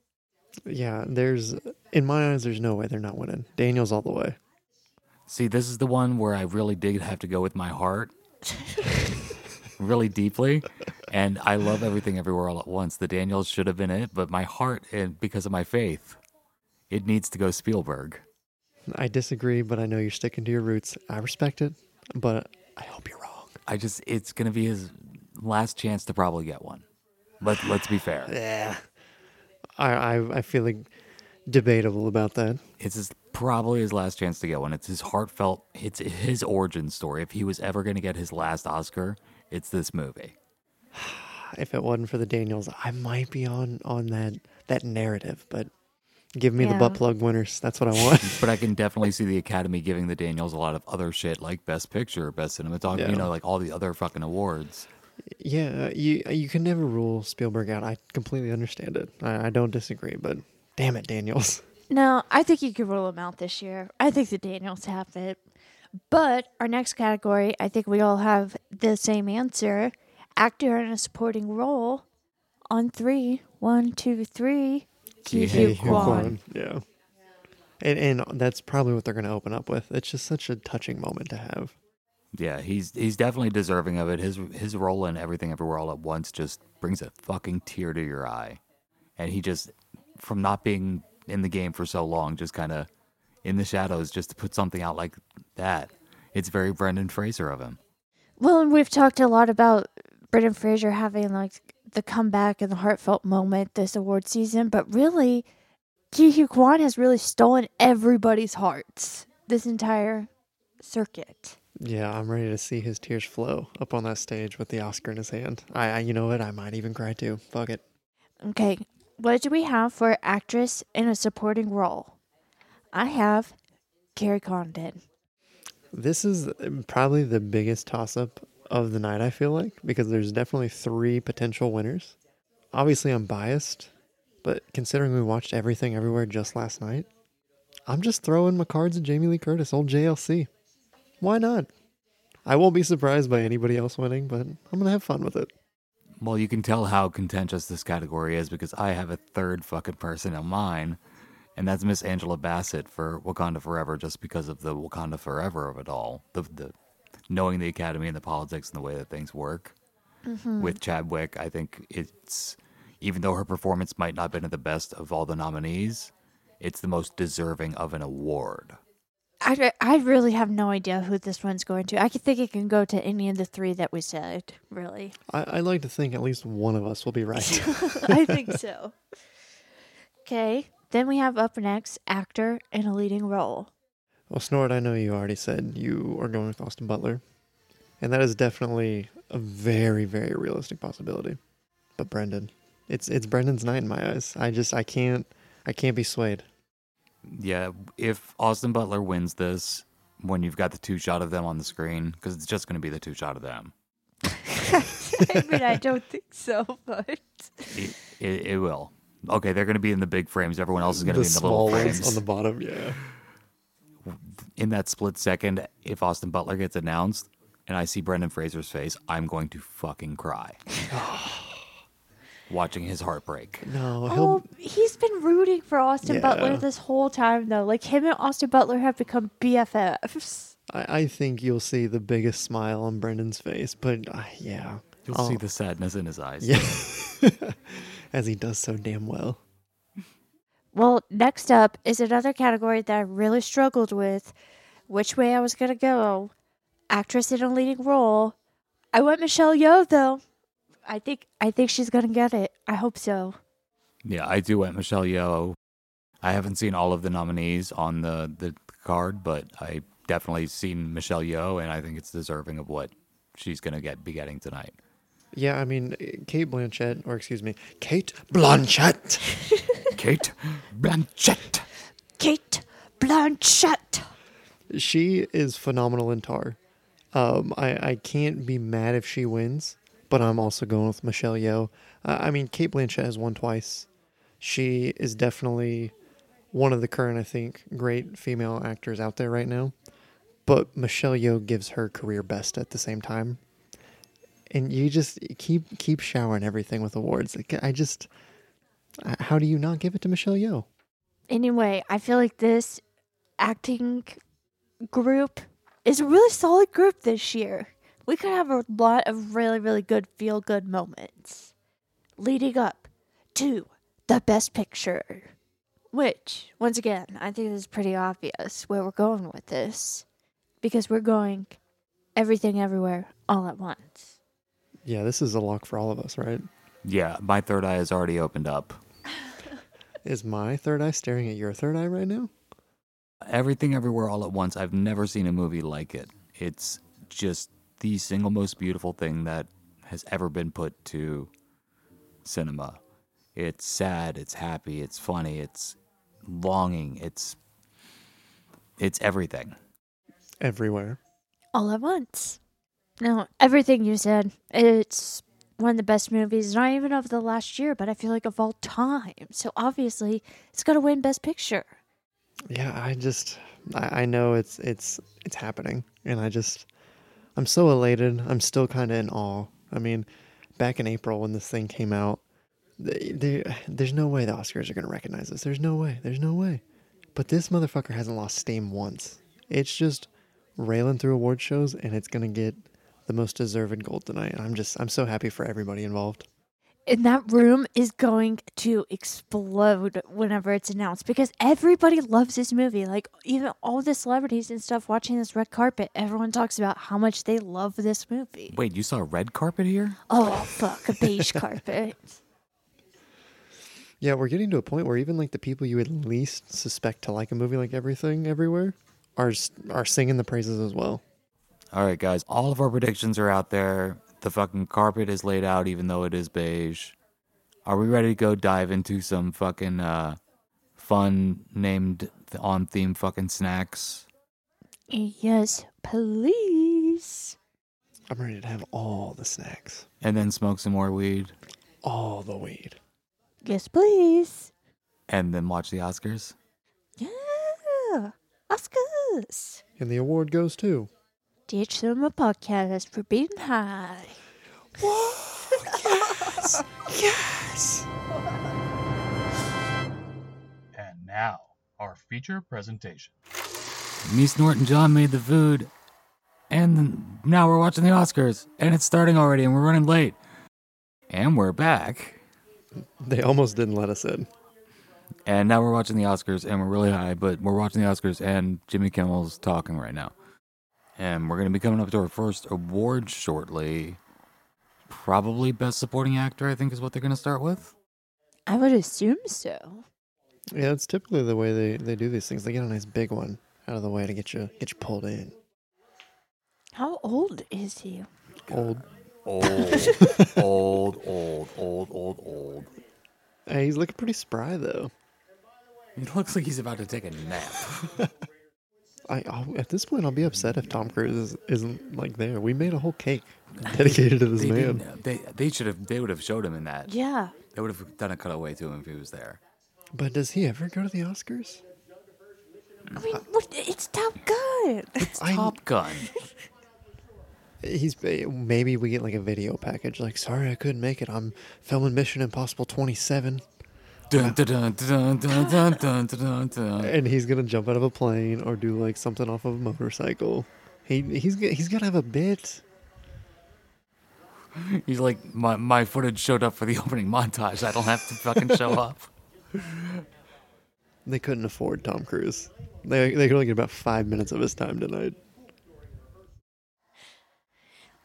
C: Yeah, there's in my eyes, there's no way they're not winning. Daniel's all the way.
B: see this is the one where i really did have to go with my heart really deeply and i love everything everywhere all at once the daniels should have been it but my heart and because of my faith it needs to go spielberg
C: I disagree, but I know you're sticking to your roots. I respect it, but I hope you're wrong.
B: I just it's gonna be his last chance to probably get one. Let let's be fair.
C: Yeah. I, I I feel like debatable about that.
B: It's his, probably his last chance to get one. It's his heartfelt. It's his origin story. If he was ever gonna get his last Oscar, it's this movie.
C: If it wasn't for the Daniels, I might be on on that that narrative, but give me the
D: Yeah.
C: butt plug winners. That's what I want.
B: But I can definitely see the Academy giving the Daniels a lot of other shit like Best Picture, Best Cinematography,
C: Yeah.
B: you know, like all the other fucking awards.
C: yeah, you you can never rule Spielberg out. I completely understand it. I, I don't disagree, but damn it, Daniels.
D: No, I think you could rule them out this year. I think the Daniels have it. But our next category, I think we all have the same answer actor in a supporting role. On three, one, two, three. Ki
B: Ki-hee
D: Hu
B: Hu Kwan.
D: Kwan.
C: Yeah. And and that's probably what they're gonna open up with. It's just such a touching moment to have.
B: Yeah, he's he's definitely deserving of it. His his role in everything everywhere all at once just brings a fucking tear to your eye. And he just from not being in the game for so long, just kind of in the shadows just to put something out like that. It's very Brendan Fraser of him.
D: Well, and we've talked a lot about Brendan Fraser having like the comeback and the heartfelt moment this award season, but really, Ki Hu Kwan has really stolen everybody's hearts this entire circuit.
C: Yeah, I'm ready to see his tears flow up on that stage with the Oscar in his hand. I, I you know what? I might even cry too. Fuck it.
D: Okay, what do we have for actress in a supporting role? I have Carrie Condon.
C: This is probably the biggest toss up of the night, I feel like, because there's definitely three potential winners. Obviously, I'm biased, but considering we watched everything everywhere just last night, I'm just throwing my cards at Jamie Lee Curtis, old JLC. Why not? I won't be surprised by anybody else winning, but I'm going to have fun with it.
B: Well, you can tell how contentious this category is because I have a third fucking person in mine, and that's Miss Angela Bassett for Wakanda Forever, just because of the Wakanda Forever of it all, the, the knowing the Academy and the politics and the way that things work. With Chadwick, I think it's even though her performance might not have been the best of all the nominees, it's the most deserving of an award.
D: I, re- I really have no idea who this one's going to. I could think it can go to any of the three that we said, really.
C: I, I like to think at least one of us will be right.
D: I think so. Okay, then we have up next actor in a leading role.
C: Well, Snort, I know you already said you are going with Austin Butler, and that is definitely a very, very realistic possibility. But Brendan, it's it's Brendan's night in my eyes. I just I can't I can't be swayed.
B: Yeah, if Austin Butler wins this, when you've got the two shot of them on the screen, because it's just going to be the two shot of them,
D: I mean, I don't think so, but
B: it, it, it will. Okay, they're going to be in the big frames. Everyone else is going to be in the
C: small
B: little
C: ones
B: frames.
C: on the bottom, yeah.
B: in that split second, if Austin Butler gets announced and I see Brendan Fraser's face, I'm going to fucking cry. Watching his heartbreak.
C: No, he'll
D: oh, he's been rooting for Austin
C: Yeah.
D: Butler this whole time, though. Like him and Austin Butler have become BFFs.
C: I, I think you'll see the biggest smile on Brendan's face, but uh, yeah.
B: You'll
C: I'll-
B: see the sadness in his eyes.
C: Yeah. As he does so damn well.
D: Well, next up is another category that I really struggled with, which way I was gonna go. Actress in a leading role. I went Michelle Yeoh though. I think I think she's gonna get it. I hope so.
B: Yeah, I do want Michelle Yeoh. I haven't seen all of the nominees on the, the card, but I definitely seen Michelle Yeoh, and I think it's deserving of what she's going to get be getting tonight.
C: Yeah, I mean, Kate Blanchett, or excuse me, Kate Blanchett.
B: Kate Blanchett.
D: Kate Blanchett.
C: She is phenomenal in Tar. Um, I, I can't be mad if she wins, but I'm also going with Michelle Yeoh. Uh, I mean, Kate Blanchett has won twice. She is definitely one of the current, I think, great female actors out there right now. But Michelle Yeoh gives her career best at the same time. And you just keep keep showering everything with awards. Like, I just, I- how do you not give it to Michelle Yeoh?
D: Anyway, I feel like this acting group is a really solid group this year. We could have a lot of really, really good feel good moments leading up to the best picture. Which, once again, I think this is pretty obvious where we're going with this because we're going everything everywhere all at once.
C: Yeah, this is a lock for all of us, right?
B: Yeah, my third eye has already opened up.
C: Is my third eye staring at your third eye right now?
B: Everything Everywhere All at Once. I've never seen a movie like it. It's just the single most beautiful thing that has ever been put to cinema. It's sad, it's happy, it's funny, it's longing, it's it's everything.
C: Everywhere.
D: all at once. No, everything you said. It's one of the best movies, not even of the last year, but I feel like of all time. So obviously, it's going to win Best Picture.
C: Yeah, I just I, I know it's it's it's happening, and I just I'm so elated. I'm still kind of in awe. I mean, back in April when this thing came out, they, they, there's no way the Oscars are gonna recognize this. There's no way. There's no way. But this motherfucker hasn't lost steam once. It's just railing through award shows, and it's gonna get the most deserved gold tonight. And I'm just I'm so happy for everybody involved.
D: And that room is going to explode whenever it's announced because everybody loves this movie. Like, even all the celebrities and stuff watching this red carpet, everyone talks about how much they love this movie.
B: Wait, you saw red carpet here?
D: Oh, fuck, a beige carpet.
C: Yeah, we're getting to a point where even like the people you would least suspect to like a movie like Everything Everywhere are s- are singing the praises as well.
E: All right, guys, all of our predictions are out there. The fucking carpet is laid out, even though it is beige. Are we ready to go dive into some fucking uh, fun named on theme fucking snacks?
D: Yes, please.
C: I'm ready to have all the snacks,
E: And then smoke some more weed?
C: all the weed.
D: Yes, please.
E: And then watch the Oscars?
D: Yeah. Oscars.
C: And the award goes to
D: Ditch Cinema Podcast for being high.
A: And now, our feature presentation.
E: Meese Norton John made the food. And now we're watching the Oscars. And it's starting already, and we're running late. And we're back.
C: They almost didn't let us in.
E: And now we're watching the Oscars, and we're really high, but we're watching the Oscars, and Jimmy Kimmel's talking right now. And we're going to be coming up to our first award shortly. Probably Best Supporting Actor, I think, is what they're going to start with.
D: I would assume so.
C: Yeah, it's typically the way they, they do these things. They get a nice big one out of the way to get you get you pulled in.
D: How old is he?
C: Old.
B: Old, old, old, old, old, old.
C: Hey, he's looking pretty spry though.
B: He looks like he's about to take a nap.
C: I I'll, at this point I'll be upset if Tom Cruise is, isn't like there. We made a whole cake dedicated to this
B: They,
C: man.
B: didn't- they, they should have. They would have showed him in that.
D: Yeah.
B: They would have done a cutaway to him if he was there.
C: But does he ever go to the Oscars?
D: I mean, look, it's Top Gun.
B: Uh-huh. It's
C: I-
B: Top Gun.
C: He's eh, maybe we get like a video package. Like, sorry I couldn't make it. I'm filming Mission Impossible 27,
B: Dun, dun, dun, dun, dun, dun, dun, dun, dun.
C: and he's gonna jump out of a plane or do like something off of a motorcycle. He he's g- he's gotta have a bit.
B: He's like, my, my footage showed up for the opening montage. I don't have to fucking show up.
C: They couldn't afford Tom Cruise. They they could only get about five minutes of his time tonight.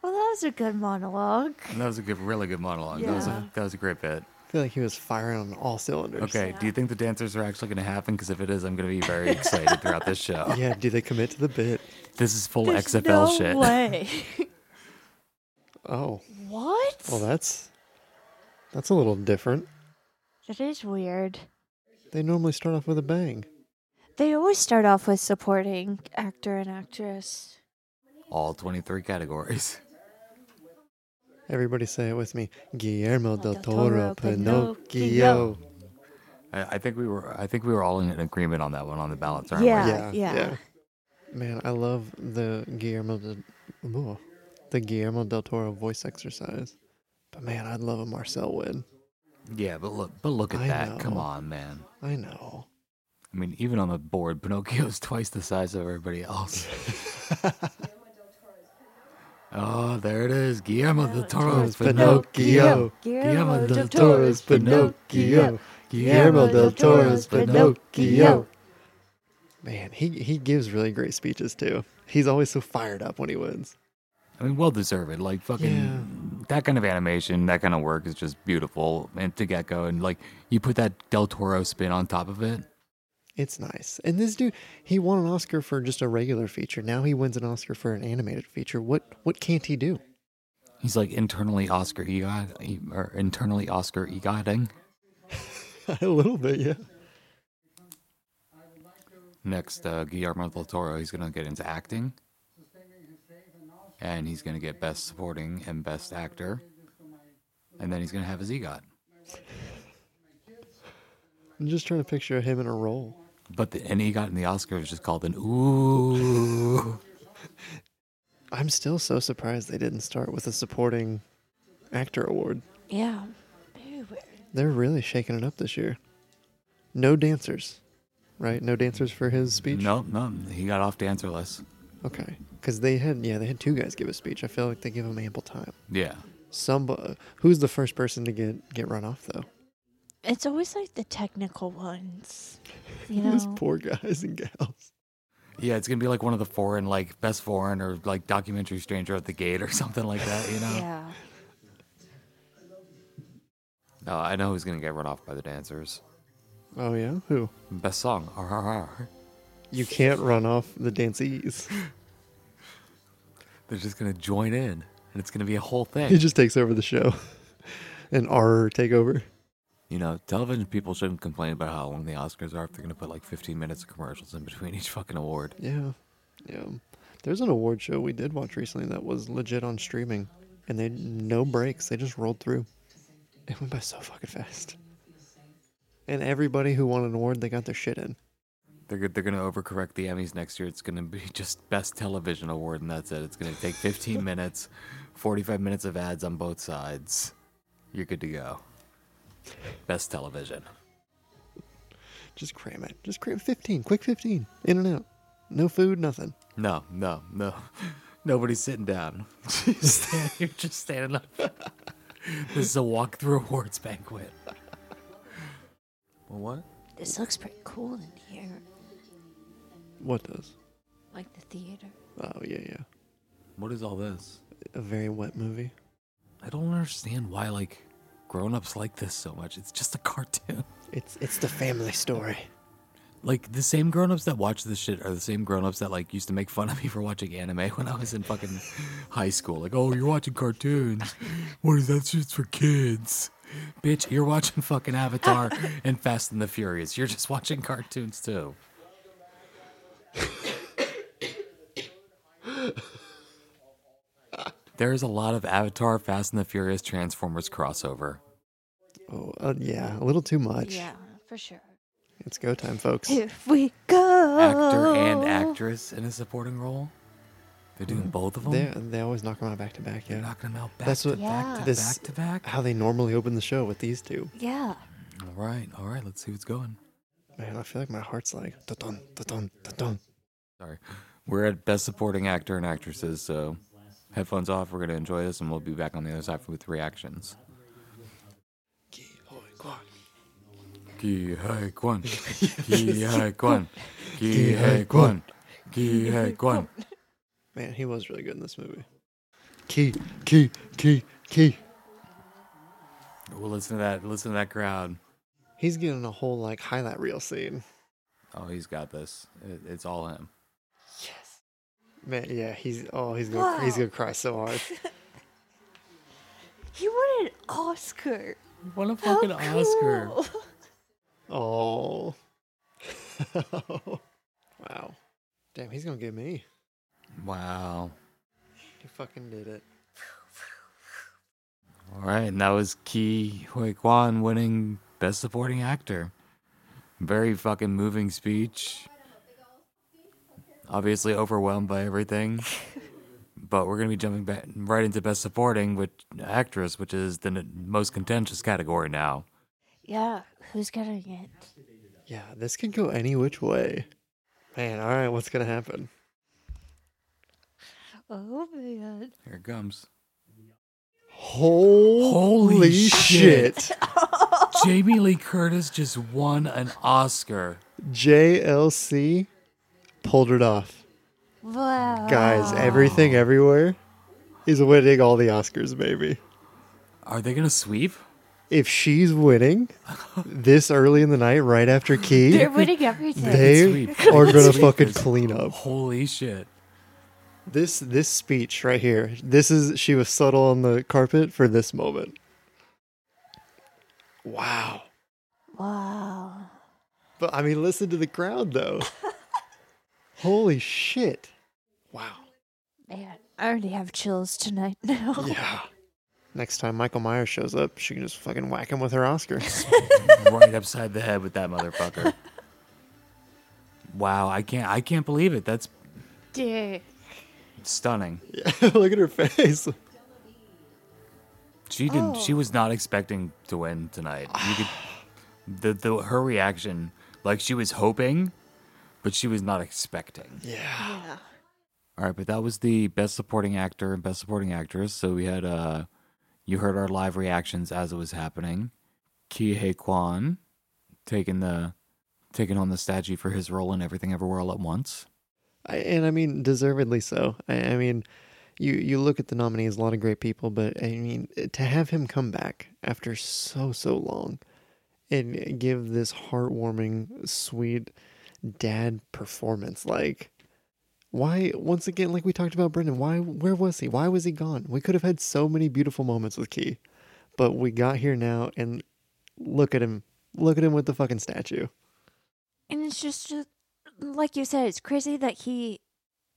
D: well, that was a good monologue.
B: That was a good, really good monologue. That was a, that was a great bit.
C: I feel like he was firing on all cylinders.
B: Okay, do you think the dancers are actually going to happen? Because if it is, I'm going to be very excited throughout this show.
C: Yeah, do they commit to the bit?
B: This is full
D: There's
B: XFL
D: no
B: shit.
D: way.
C: Oh,
D: what?
C: well that's that's a little different.
D: that is weird.
C: They normally start off with a bang.
D: They always start off with supporting actor and actress.
B: All 23 categories.
C: Everybody say it with me. Guillermo del
D: Del
C: Toro,
D: Toro,
C: Pinocchio.
B: I, I think we were. I think we were all in agreement on that one on the balance, aren't
D: Yeah,
B: we?
D: yeah.
C: Yeah, yeah. Man, I love the Guillermo del, Ugh. the Guillermo del Toro voice exercise. But man, I'd love a Marcel win.
B: Yeah, but look, but look at
C: I
B: that. Come
C: know.
B: on, man.
C: I know.
B: I mean, even on the board, Pinocchio's twice the size of everybody else. oh, there it is, Guillermo del Toro's
C: Toro's
B: Pinocchio.
C: Pinocchio.
D: Guillermo
B: del
D: del
B: Toro's
D: Toro's
B: Pinocchio.
D: Pinocchio.
B: Guillermo del Toro's Pinocchio.
C: Man, he he gives really great speeches too. He's always so fired up when he wins.
B: I mean, well deserved. Like fucking that kind of animation, that kind of work is just beautiful and to get go. And like you put that Del Toro spin on top of it.
C: It's nice. And this dude, he won an Oscar for just a regular feature. Now he wins an Oscar for an animated feature. What what can't he do?
B: He's like internally Oscar EGOT or internally Oscar EGOTing.
C: a little bit, yeah.
B: Next, uh, Guillermo del Toro. He's gonna get into acting, and he's gonna get best supporting and best actor, and then he's gonna have his E EGOT.
C: I'm just trying to picture him in a role.
B: But the, an E EGOT in the Oscars is just called an ooh.
C: I'm still so surprised they didn't start with a supporting actor award.
D: Yeah. Very weird.
C: They're really shaking it up this year. No dancers, right? No dancers for his speech.
B: No, no, he got off dancerless.
C: Okay, because they had yeah they had two guys give a speech. I feel like they give him ample time.
B: Yeah.
C: Some uh, who's the first person to get get run off though?
D: It's always like the technical ones. You know?
C: Those poor guys and gals.
B: Yeah, it's gonna be like one of the foreign, like best foreign or like documentary stranger at the gate or something like that, you know?
D: Yeah.
B: Uh, I know who's gonna get run off by the dancers.
C: Oh yeah, who?
B: Best song. RRR.
C: You can't run off the dancees.
B: They're just gonna join in, and it's gonna be a whole thing.
C: He just takes over the show, and R take over.
B: You know, television people shouldn't complain about how long the Oscars are if they're gonna put like 15 minutes of commercials in between each fucking award.
C: Yeah, yeah. There's an award show we did watch recently that was legit on streaming, and they no breaks. They just rolled through. It went by so fucking fast. And everybody who won an award, they got their shit in.
B: They're go- they're gonna overcorrect the Emmys next year. It's gonna be just best television award, and that's it. It's gonna take 15 minutes, 45 minutes of ads on both sides. You're good to go. Best television.
C: Just cram it. Just cram 15, quick 15, in and out. No food, nothing.
B: No, no, no. Nobody's sitting down. Stand- You're just standing up. this is a walk-through awards banquet. Well, what?
D: This looks pretty cool in here,
C: What does?
D: like the theater.
C: Oh yeah, yeah.
B: What is all this?
C: A very wet movie.
B: I don't understand why like grown-ups like this so much. It's just a cartoon.
C: It's it's the family story.
B: Like the same grown-ups that watch this shit are the same grown-ups that like used to make fun of me for watching anime when I was in fucking high school. Like, oh, you're watching cartoons. What is that shit's for kids? Bitch, you're watching fucking Avatar and Fast and the Furious. You're just watching cartoons too. there is a lot of Avatar, Fast and the Furious, Transformers crossover.
C: Oh uh, yeah, a little too much.
D: Yeah, for sure.
C: It's go time, folks.
D: Here we go.
B: Actor
D: Oh.
B: and actress in a supporting role. They're doing both of them.
C: They they always knock them out back to back.
B: They're
C: Mm. Yeah.
B: knocking them out back
C: That's
B: to
C: what-
B: back
D: Yeah.
B: to
C: this-
B: back to back.
C: How they normally open the show with these two.
D: Yeah.
B: All right, all right. Let's see what's going.
C: Man, I feel like my heart's like da-dun, da-dun, da-dun.
B: Sorry, we're at best supporting actor and actresses. So headphones off. We're gonna enjoy this, and we'll be back on the other side with reactions.
C: Ki, hoi, kwa.
B: Ki hai kwan, ki hai kwan, ki hai kwan, ki hai kwan.
C: Man, he was really good in this movie. Key, key, key, key.
B: We'll listen to that. Listen to that crowd.
C: He's getting a whole like highlight reel scene.
B: Oh, he's got this. It, it's all him.
C: Man, yeah, he's oh he's gonna he's
D: Wow.
C: gonna cry so hard.
D: He won an Oscar.
B: What a
D: How
B: fucking Oscar!
D: cool.
C: Oh. wow. Damn, he's gonna get me.
B: Wow.
C: He fucking did it.
B: All right, and that was Ki Hui Kwan winning Best Supporting Actor. Very fucking moving speech. Obviously overwhelmed by everything. but we're going to be jumping back right into Best Supporting which Actress, which is the n- most contentious category now.
D: Yeah, who's getting it?
C: Yeah, this could go any which way. Man, all right, what's gonna happen?
D: Oh man.
B: Here it comes.
C: Holy,
B: shit. Jamie Lee Curtis just won an Oscar.
C: JLC pulled it off.
D: Wow.
C: Guys, everything everywhere is winning all the Oscars, baby.
B: Are they going to sweep?
C: If she's winning this early in the night, right after Key,
D: They're winning everything.
C: they
B: Sweep.
C: are gonna
B: Sweep
C: fucking
B: is-
C: clean up.
B: Holy shit.
C: This this speech right here. This is she was subtle on the carpet for this moment. Wow.
D: wow.
C: But I mean, listen to the crowd though. Holy shit! Wow.
D: Man, I already have chills tonight now.
C: Yeah. Next time Michael Myers shows up, she can just fucking whack him with her Oscar.
B: right upside the head with that motherfucker. wow, I can't I can't believe it. That's
D: Dude.
B: stunning.
C: yeah, look at her face.
B: She didn't she was not expecting to win tonight. You could the, the her reaction like she was hoping but she was not expecting.
C: Yeah.
D: Yeah.
B: All right, but that was the best supporting actor and best supporting actress. So we had uh you heard our live reactions as it was happening. Kihei Kwan taking the taking on the statue for his role in everything everywhere all at once.
C: I, and I mean, deservedly so. I, I mean, you you look at the nominees, a lot of great people, but I mean, to have him come back after so so long and give this heartwarming, sweet dad performance, like why once again, like we talked about Brendan, why where was he? Why was he gone? We could have had so many beautiful moments with Key, but we got here now, and look at him, look at him with the fucking statue.
D: And it's just, just like you said, it's crazy that he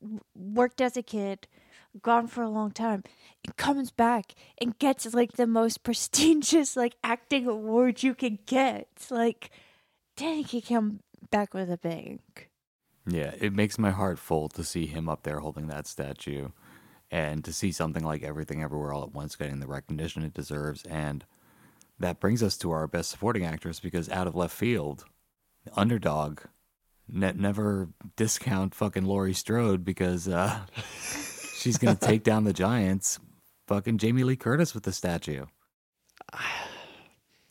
D: w- worked as a kid, gone for a long time, and comes back and gets like the most prestigious like acting award you can get. It's Like, dang, he came back with a bang.
B: Yeah, it makes my heart full to see him up there holding that statue and to see something like Everything Everywhere All at Once getting the recognition it deserves. And that brings us to our best supporting actress because out of left field, underdog, ne- never discount fucking Laurie Strode because uh, she's going to take down the Giants. Fucking Jamie Lee Curtis with the statue.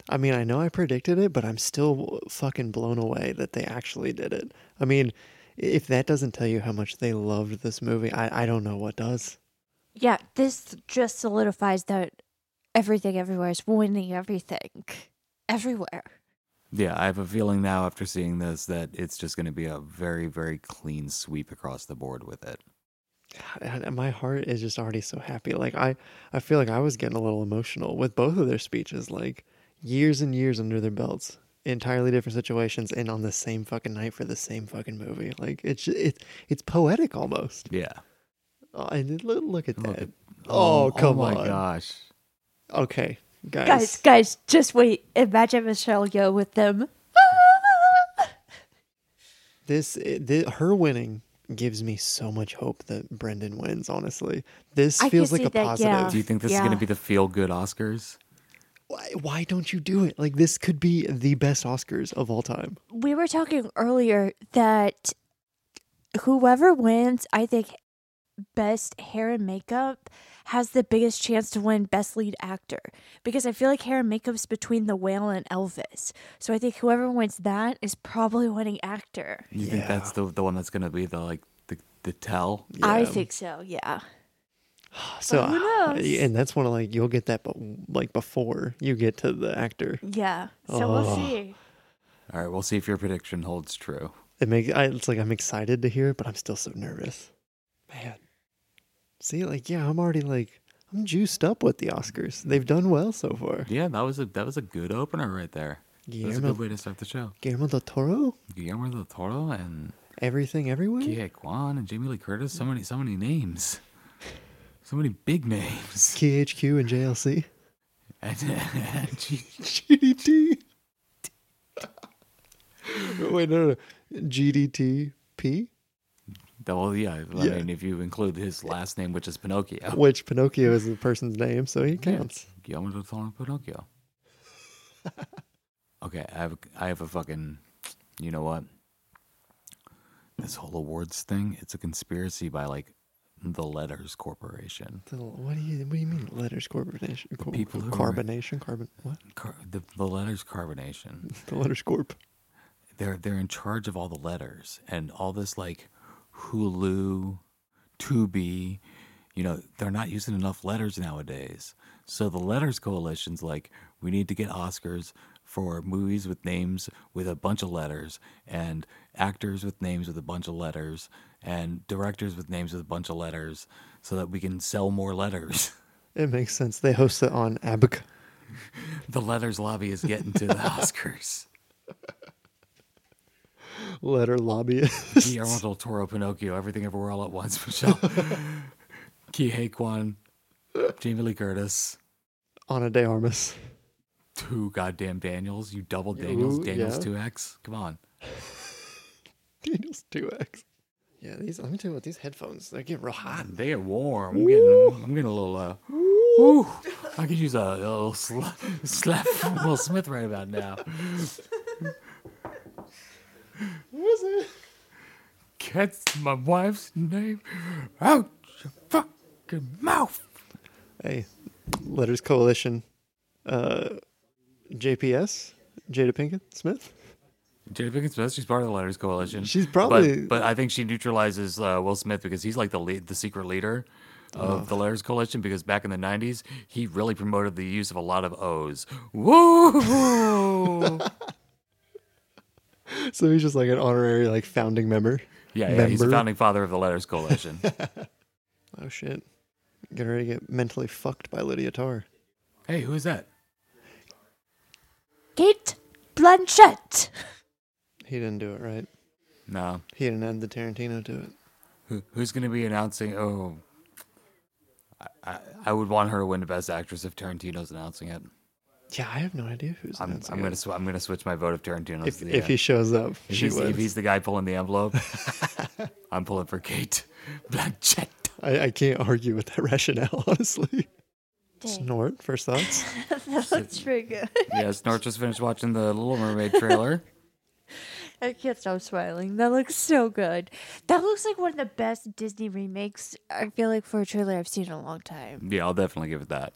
C: I mean, I know I predicted it, but I'm still fucking blown away that they actually did it. I mean, if that doesn't tell you how much they loved this movie, I, I don't know what does.
D: Yeah, this just solidifies that everything everywhere is winning everything everywhere.
B: Yeah, I have a feeling now after seeing this that it's just going to be a very, very clean sweep across the board with it.
C: God, and my heart is just already so happy. Like I, I feel like I was getting a little emotional with both of their speeches. Like years and years under their belts, entirely different situations, and on the same fucking night for the same fucking movie. Like it's it, it's poetic almost.
B: Yeah.
C: Oh, and look, look at that.
B: Look at-
C: oh, come
B: oh my
C: on.
B: gosh.
C: Okay,
D: Guys, guys, just wait. Imagine Michelle Yeoh with them.
C: this, this her winning gives me so much hope that Brendan wins. Honestly, this
D: I can
C: feels like
D: see
C: a
D: that,
C: positive.
B: Do you think this is
D: Yeah.
B: going to be the feel good Oscars?
C: Why, why don't you do it? Like this could be the best Oscars of all time.
D: We were talking earlier that whoever wins, I think, best hair and makeup has the biggest chance to win best lead actor because I feel like hair and makeup's between The Whale and Elvis. So I think whoever wins that is probably winning actor.
B: You think
C: Yeah.
B: that's the the one that's going to be the like the, the tell?
D: I
C: Yeah.
D: think so, yeah.
C: so.
D: but who
C: ah,
D: knows?
C: And that's one of like you'll get that, but like before you get to the actor,
D: Yeah. So we'll
C: Oh.
D: see.
B: All right, we'll see if your prediction holds true.
C: it makes I, it's like I'm excited to hear it, but I'm still so nervous. Man, see, like yeah, I'm already like I'm juiced up with the Oscars. They've done well so far.
B: Yeah, that was a that was a good opener right there. That's a
C: Guillermo-
B: good way to start the show.
C: Guillermo del Toro,
B: Guillermo del Toro and
C: everything, everywhere.
B: Kia Kwan and Jamie Lee Curtis. So many so many names. So many big names.
C: KHQ and JLC.
B: And, and G-
C: GDT. Wait, no, no. GDTP?
B: well, yeah. I
C: Yeah.
B: mean, if you include his last name, which is Pinocchio,
C: Which Pinocchio is the person's name, so he counts.
B: Guillermo del Toro and Pinocchio. okay, I have a- I have a fucking you know what? This whole awards thing, it's a conspiracy by like the Letters Corporation.
C: So What do you what do you mean letters coordination? co-
B: people who are-
C: carbonation, carbon what?
B: Car- the, the Letters Carbonation.
C: The letters corp.
B: They're they're in charge of all the letters and all this like Hulu, Tubi, you know, they're not using enough letters nowadays. So the Letters Coalition's like, we need to get Oscars for movies with names with a bunch of letters and actors with names with a bunch of letters and directors with names with a bunch of letters so that we can sell more letters.
C: It makes sense. They host it on Abac.
B: the letters lobby is getting to the Oscars.
C: Letter lobbyist.
B: Guillermo del Toro, Pinocchio, Everything Everywhere All at Once, Michelle. Kihei Kwan, Jamie Lee Curtis,
C: Ana de Armas.
B: two goddamn Daniels. You double Daniels,
C: Ooh,
B: Daniels
C: yeah.
B: 2X. Come on.
C: Daniels two X. Yeah, these let me tell you what, these headphones, they get real hot.
B: Ah, They are warm. I'm getting, I'm getting a little, uh, woo. I could use a, a little sla- slap from Will Smith right about now.
C: What was it?
B: Cat's my wife's name out your fucking mouth.
C: Hey, Letters Coalition, uh, JPS, Jada Pinkett Smith.
B: Jada Pinkett Smith, she's part of the Letters Coalition.
C: She's
B: But-
C: probably-
B: but, I think she neutralizes uh, Will Smith because he's like the lead, the secret leader. of the Letters Coalition because back in the 90s, he really promoted the use of a lot of O's. Woo!
C: So he's just like an honorary like founding member.
B: yeah, yeah, he's the
C: Member.
B: founding father of the Letters Coalition.
C: Oh shit. Get ready to get mentally fucked by Lydia Tarr.
B: hey, who is that?
D: Kate Blanchett.
C: He didn't do it right.
B: No.
C: He didn't add the Tarantino to it.
B: Who, who's going to be announcing? Oh, I, I, I would want her to win the Best Actress if Tarantino's announcing it.
C: Yeah, I have no idea who's
B: I'm,
C: announcing
B: I'm
C: it.
B: gonna sw- I'm gonna switch my vote if Tarantino's
C: if,
B: the,
C: if
B: uh,
C: he shows up,
B: if
C: she
B: he's, if
C: wins.
B: he's the guy pulling the envelope, I'm pulling for Kate Blanchett.
C: I, I can't argue with that rationale, honestly.
D: Dang,
C: Snort, first thoughts.
D: that looks pretty good.
B: Yeah, Snort just finished watching the Little Mermaid trailer.
D: I can't stop smiling. That looks so good. That looks like one of the best Disney remakes. I feel like for a trailer I've seen in a long time.
B: yeah, I'll definitely give it that.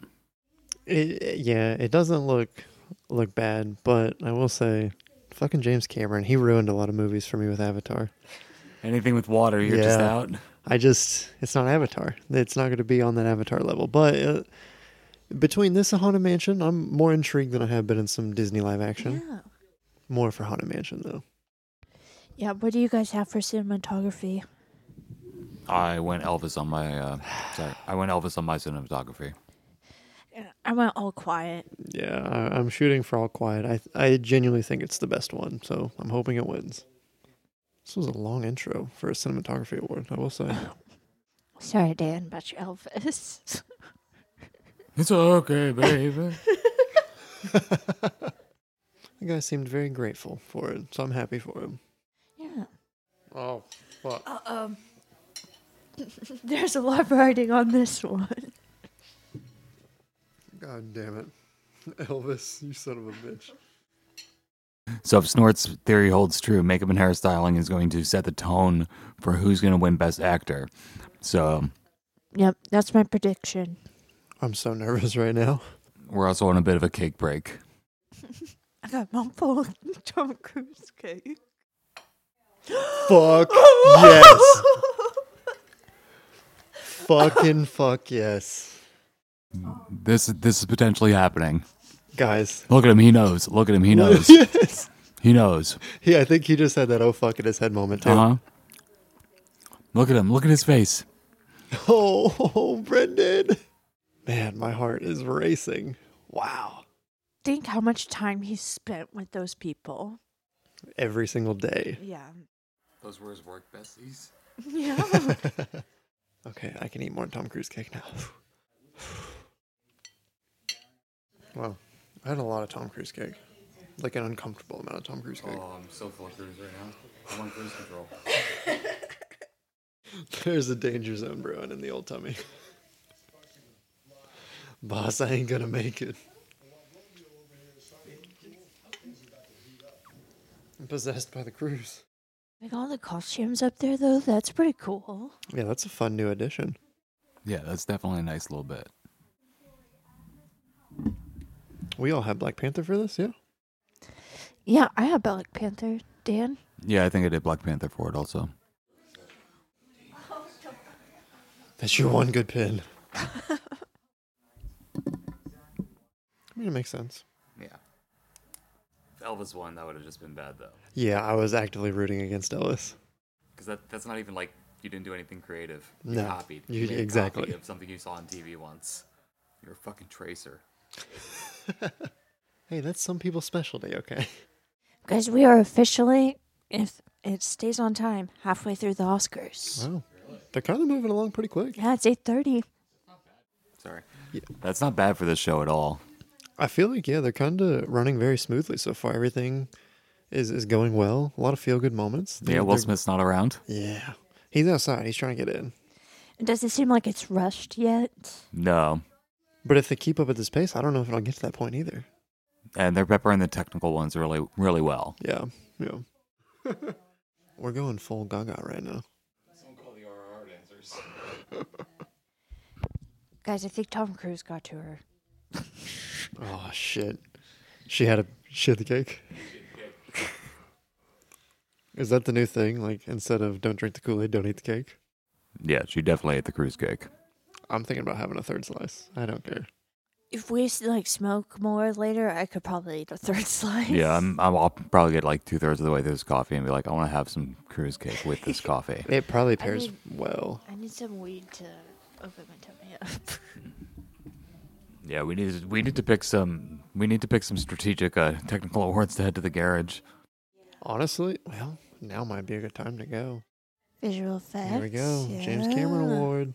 C: It- it- yeah, it doesn't look look bad, but I will say, fucking James Cameron, he ruined a lot of movies for me with Avatar.
B: Anything with water, you're just
C: Yeah.
B: out.
C: I just, it's not Avatar. It's not going to be on that Avatar level. But uh, between this and Haunted Mansion, I'm more intrigued than I have been in some Disney live action.
D: Yeah.
C: More for Haunted Mansion though.
D: Yeah. What do you guys have for cinematography?
B: I went Elvis on my uh, sorry, I went Elvis on my cinematography.
D: I went all quiet.
C: Yeah, I, I'm shooting for All Quiet. I I genuinely think it's the best one, so I'm hoping it wins. This was a long intro for a cinematography award. I will say.
D: Sorry, Dan, about your Elvis.
B: It's okay, baby.
C: The guy seemed very grateful for it, so I'm happy for him.
D: yeah.
C: Oh, fuck.
D: Uh um. There's a lot of writing on this one.
C: God damn it. Elvis, you son of a bitch.
B: So if Snort's theory holds true, makeup and hairstyling is going to set the tone for who's going to win Best Actor. So
D: Yep, that's my prediction.
C: I'm so nervous right now.
B: we're also on a bit of a cake break.
D: I got a mouthful of Tom Cruise cake.
C: Fuck yes. Fucking fuck yes.
B: This this is potentially happening.
C: Guys.
B: Look at him. He knows. Look at him. He knows.
C: yes.
B: He knows.
C: Yeah, I think he just had that oh fuck in his head moment too.
B: Uh huh. Look at him. Look at his face.
C: Oh, Brendan. Man, my heart is racing. Wow.
D: Think how much time he spent with those people.
C: Every single day.
D: Yeah.
B: Those were his work besties.
D: Yeah.
C: Okay, I can eat more Tom Cruise cake now. wow. I had a lot of Tom Cruise cake. Like an uncomfortable amount of Tom Cruise cake.
B: Oh, I'm so full of cruise right now. I'm on cruise control.
C: There's a danger zone brewing in the old tummy. Boss, I ain't gonna make it. I'm possessed by the cruise.
D: Like all the costumes up there, though, that's pretty cool.
C: Yeah, that's a fun new addition.
B: Yeah, that's definitely a nice little bit.
C: We all have Black Panther for this, yeah?
D: Yeah, I have Black Panther, Dan.
B: Yeah, I think I did Black Panther for it also.
C: That's your one good pin. I mean, it makes sense.
B: Yeah. Elvis won. That would have just been bad though,
C: Yeah, I was actively rooting against Ellis.
B: because that that's not even like you didn't do anything creative.
C: You No. copied. You You made a exactly. copy
B: of something you saw on TV once. You're a fucking tracer.
C: Hey, that's some people's specialty, okay?
D: Guys, we are officially, if it stays on time, halfway through the Oscars.
C: Wow. They're kind of moving along pretty quick.
D: Yeah, it's eight thirty.
B: Sorry.
C: Yeah.
B: That's not bad for this show at all.
C: I feel like, yeah, they're kind of running very smoothly so far. Everything is, is going well. A lot of feel good moments.
B: Yeah,
C: They're-
B: Will
C: they're-
B: Smith's not around.
C: Yeah. He's outside. He's trying to get in.
D: Does it seem like it's rushed yet?
B: No.
C: But if they keep up at this pace, I don't know if it'll get to that point either.
B: And they're peppering the technical ones really, really well.
C: Yeah. Yeah. We're going full gaga right now.
D: Guys, I think Tom Cruise got to her.
C: Oh, shit. She had a she had the cake. Is that the new thing? Like, instead of don't drink the Kool Aid, don't eat the cake?
B: Yeah, she definitely ate the cruise cake.
C: I'm thinking about having a third slice. I don't care.
D: If we like smoke more later, I could probably eat a third slice.
B: Yeah, I'm, I'm, I'll probably get like two thirds of the way through this coffee and be like, I want to have some cruise cake with this coffee.
C: It probably pairs
D: mean-
C: well.
D: I need some weed to open my tummy up.
B: yeah, we need we need to pick some we need to pick some strategic uh, technical awards to head to the garage.
C: Honestly, well, now might be a good time to go.
D: Visual effects.
C: Here we go. James Cameron
D: yeah.
C: Award.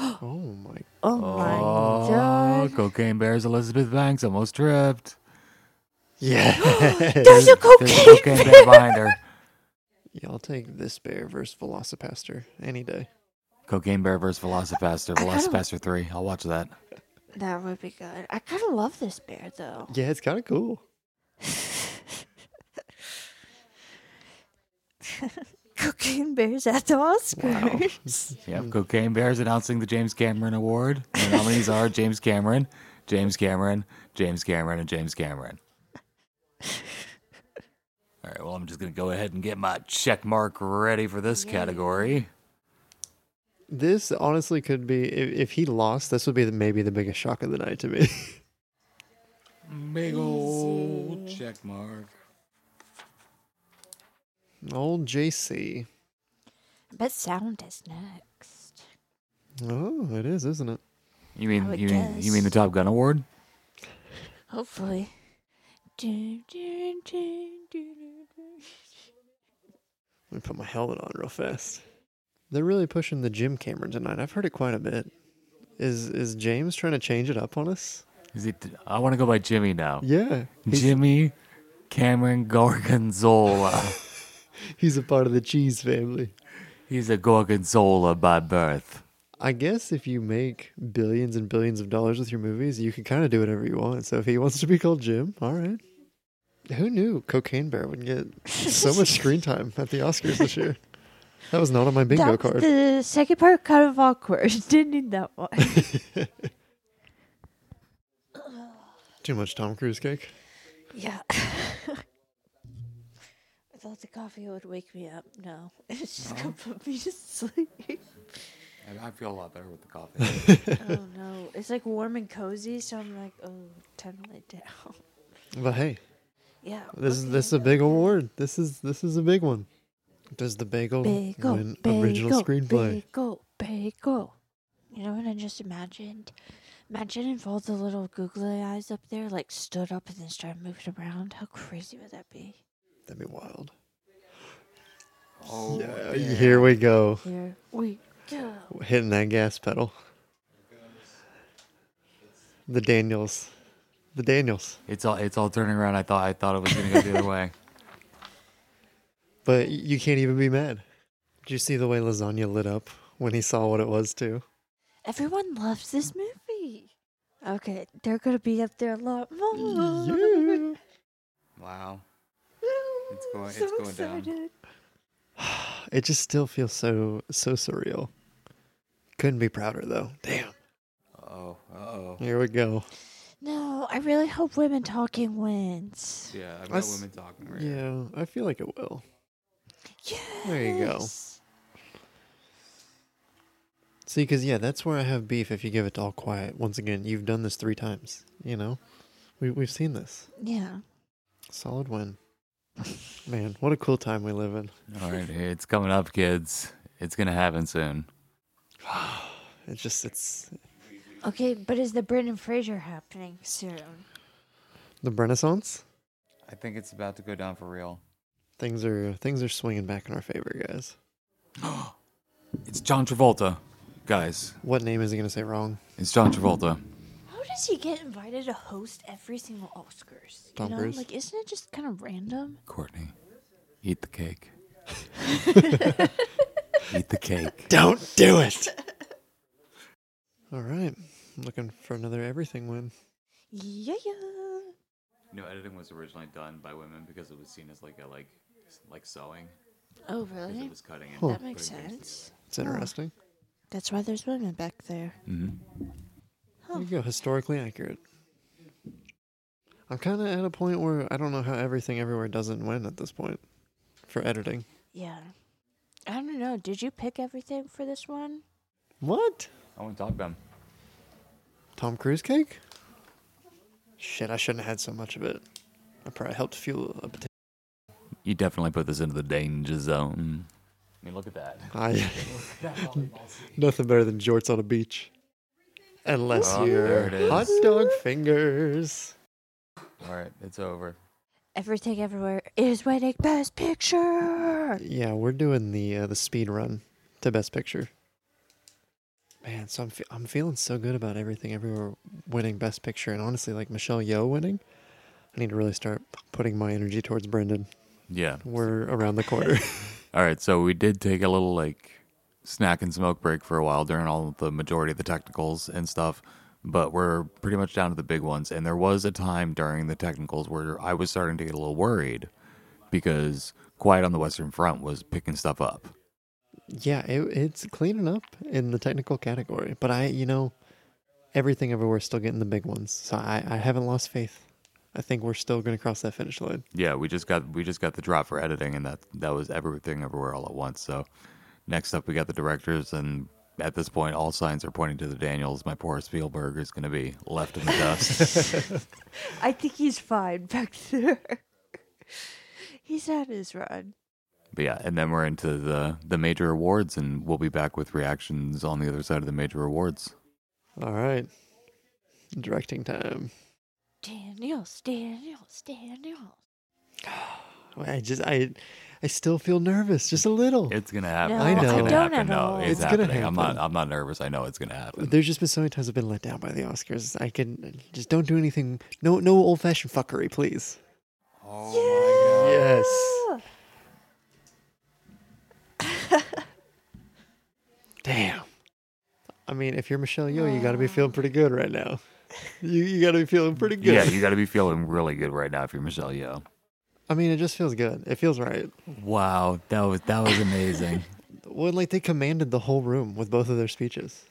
C: oh my.
D: Oh my god.
B: cocaine bears Elizabeth Banks almost tripped.
C: Yeah.
D: There's a
B: There's
D: cocaine.
B: a cocaine bear behind her.
C: yeah, I'll take this bear versus Velocipaster any day.
B: Cocaine bear versus Velocipaster.
D: I kinda-
B: Velocipaster three. I'll watch that.
D: That would be good. I kind of love this bear though.
C: Yeah, it's kind of cool.
D: Cocaine bears at the Oscars.
B: Yep. Cocaine bears announcing the James Cameron Award. The nominees are James Cameron, James Cameron, James Cameron, and James Cameron. All right. Well, I'm just gonna go ahead and get my check mark ready for this category.
C: This honestly could be if, if he lost, this would be the, maybe the biggest shock of the night to me.
B: Big old check mark.
C: Old JC.
D: But sound is next.
C: Oh, it is, isn't it?
B: You
D: I
B: mean
D: would
B: you mean you
D: guess.
B: mean the Top Gun Award?
D: Hopefully. Dun, dun, dun, dun, dun, dun.
C: Let me put my helmet on real fast. They're really pushing the Jim Cameron tonight. I've heard it quite a bit. Is is James trying to change it up on us?
B: Is it? I want to go by Jimmy now.
C: Yeah. He's,
B: Jimmy Cameron Gorgonzola.
C: he's a part of the cheese family.
B: He's a Gorgonzola by birth.
C: I guess if you make billions and billions of dollars with your movies, you can kind of do whatever you want. So if he wants to be called Jim, all right. Who knew Cocaine Bear would get so much screen time at the Oscars this year? That was not on my bingo
D: That was
C: card.
D: The second part kind of awkward. Didn't need that one.
C: Too much Tom Cruise cake.
D: yeah. I thought the coffee would wake me up. No, it's just gonna put me to sleep.
B: I feel a lot better with the coffee.
D: oh no, it's like warm and cozy, so I'm like, oh, time to lay down.
C: But hey,
D: Yeah.
C: this is this is a big award. This is this is a big one. Does the bagel,
D: bagel,
C: win
D: bagel,
C: original screenplay?
D: Bagel, bagel. You know what I just imagined? Imagine if all the little googly eyes up there like stood up and then started moving around. How crazy would that be?
C: That'd be wild. Oh, Here we go.
D: Here we go.
C: hitting that gas pedal. The Daniels, the Daniels.
B: It's all it's all turning around. I thought I thought it was gonna go the other way.
C: But y- you can't even be mad. Did you see the way lasagna lit up when he saw what it was too?
D: Everyone loves this movie. Okay, they're gonna be up there a lot more.
C: Yeah.
B: Wow.
D: It's
B: going- it's
D: so
B: going down.
D: excited.
C: It just still feels so so surreal. Couldn't be prouder though. Damn.
B: Oh. Uh oh.
C: Here we go.
D: No, I really hope Women Talking wins.
B: Yeah, I've
C: got Us- women
B: talking
C: Yeah, I feel like it will.
D: Yes.
C: There you go. See, because yeah, that's where I have beef. If you give it to all quiet, once again, you've done this three times. You know, we we've seen this.
D: Yeah.
C: Solid win. Man, what a cool time we live in.
B: All right, it's coming up, kids. It's gonna happen soon.
C: It's just it's
D: Okay, but is the Brendan Fraser happening soon?
C: the Renaissance.
B: I think it's about to go down for real.
C: Things are things are swinging back in our favor, guys.
B: It's John Travolta, guys.
C: What name is he gonna say wrong?
B: It's John Travolta.
D: How does he get invited to host every single Oscars?
C: Tom
D: you know,
C: Cruise.
D: like isn't it just kind of random?
B: Courtney, eat the cake. eat the cake.
C: Don't do it. All right, looking for another everything win.
D: Yeah, yeah.
B: No editing was originally done by women because it was seen as like a like like sewing.
D: Oh, really?
B: was cutting and
D: That makes sense.
C: It's interesting.
D: That's why there's women back there.
B: Mm-hmm.
D: Oh.
C: There you go. Historically accurate. I'm kind of at a point where I don't know how everything everywhere doesn't win at this point for editing.
D: Yeah. I don't know. Did you pick everything for this one?
C: What?
B: I want to talk about him.
C: Tom Cruise cake? Shit, I shouldn't have had so much of it. I probably helped fuel a potato.
B: You definitely put this into the danger zone. I mean, look at that.
C: I, nothing better than jorts on a beach. Unless
B: Oh, there
C: you're
B: it is.
C: hot dog fingers.
B: All right, it's over.
D: Everything everywhere is winning best picture.
C: Yeah, we're doing the uh, the speed run to best picture. Man, so I'm fe- I'm feeling so good about everything everywhere winning best picture, and honestly, like Michelle Yeoh winning, I need to really start p- putting my energy towards Brendan.
B: Yeah.
C: We're around the corner.
B: All right, so we did take a little like snack and smoke break for a while during all the majority of the technicals and stuff, but we're pretty much down to the big ones. And there was a time during the technicals where I was starting to get a little worried because Quiet on the Western Front was picking stuff up.
C: yeah, it, it's cleaning up in the technical category, but I, you know, everything everywhere is still getting the big ones, so I I haven't lost faith. I think we're still gonna cross that finish line.
B: Yeah, we just got we just got the drop for editing, and that that was everything everywhere all at once. So next up, we got the directors, and at this point, all signs are pointing to the Daniels. My poor Spielberg is going to be left in the dust.
D: I think he's fine back there. he's had his run.
B: But yeah, and then we're into the the major awards, and we'll be back with reactions on the other side of the major awards.
C: All right, directing time.
D: Daniels, Daniels, Daniels.
C: I just I I still feel nervous, just a little.
B: It's gonna happen.
D: No,
C: I know.
B: It's
C: I
B: gonna
D: don't
B: happen.
D: at
B: No,
D: all.
B: it's,
C: It's gonna
B: happening. I'm not.
C: happen.
B: I'm not nervous. I know it's gonna happen.
C: There's just been so many times I've been let down by the Oscars. I can just don't do anything. No, no old fashioned fuckery, please. Oh my god! Yes. Damn. I mean, if you're Michelle Yeoh, you got to be feeling pretty good right now. You you got to be feeling pretty good.
B: Yeah, you got to be feeling really good right now if you're Michelle Yeoh.
C: I mean, it just feels good. It feels right.
B: Wow, that was that was amazing.
C: Well, like they commanded the whole room with both of their speeches.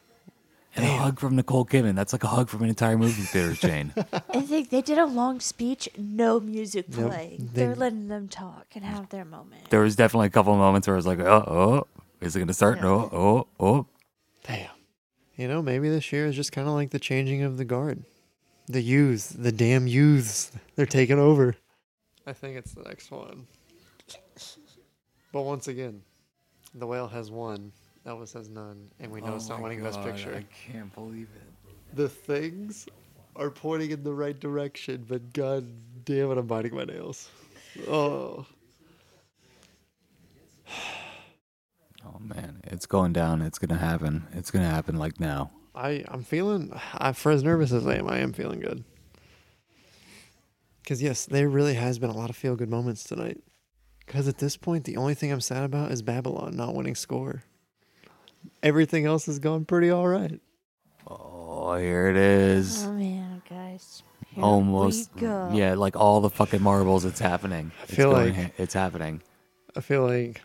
B: and a hug from Nicole Kidman. That's like a hug from an entire movie theater chain.
D: I think they did a long speech, no music
C: Nope.
D: playing.
C: They-
D: They, are letting them talk and have their moment.
B: there was definitely a couple moments where I was like, oh, oh, is it gonna start? No, oh, oh.
C: Damn. You know, maybe this year is just kind of like the changing of the guard. The youths, the damn youths, they're taking over. I think it's the next one. but once again, the whale has one, Elvis has none, and we know it's not winning Best Picture. Oh I can't believe it. The things are pointing in the right direction, but god damn it, I'm biting my nails. Oh.
B: Oh man, it's going down. It's gonna happen. It's gonna happen like now.
C: I I'm feeling I, for as nervous as I am, I am feeling good. Cause yes, there really has been a lot of feel good moments tonight. Cause at this point, the only thing I'm sad about is Babylon not winning score. Everything else has gone pretty all right.
B: Oh, here it is.
D: Oh man, guys. Here
B: Almost.
D: We go.
B: Yeah, like all the fucking marbles. It's happening. I
C: feel
B: it's
C: like-
B: it's happening.
C: I feel like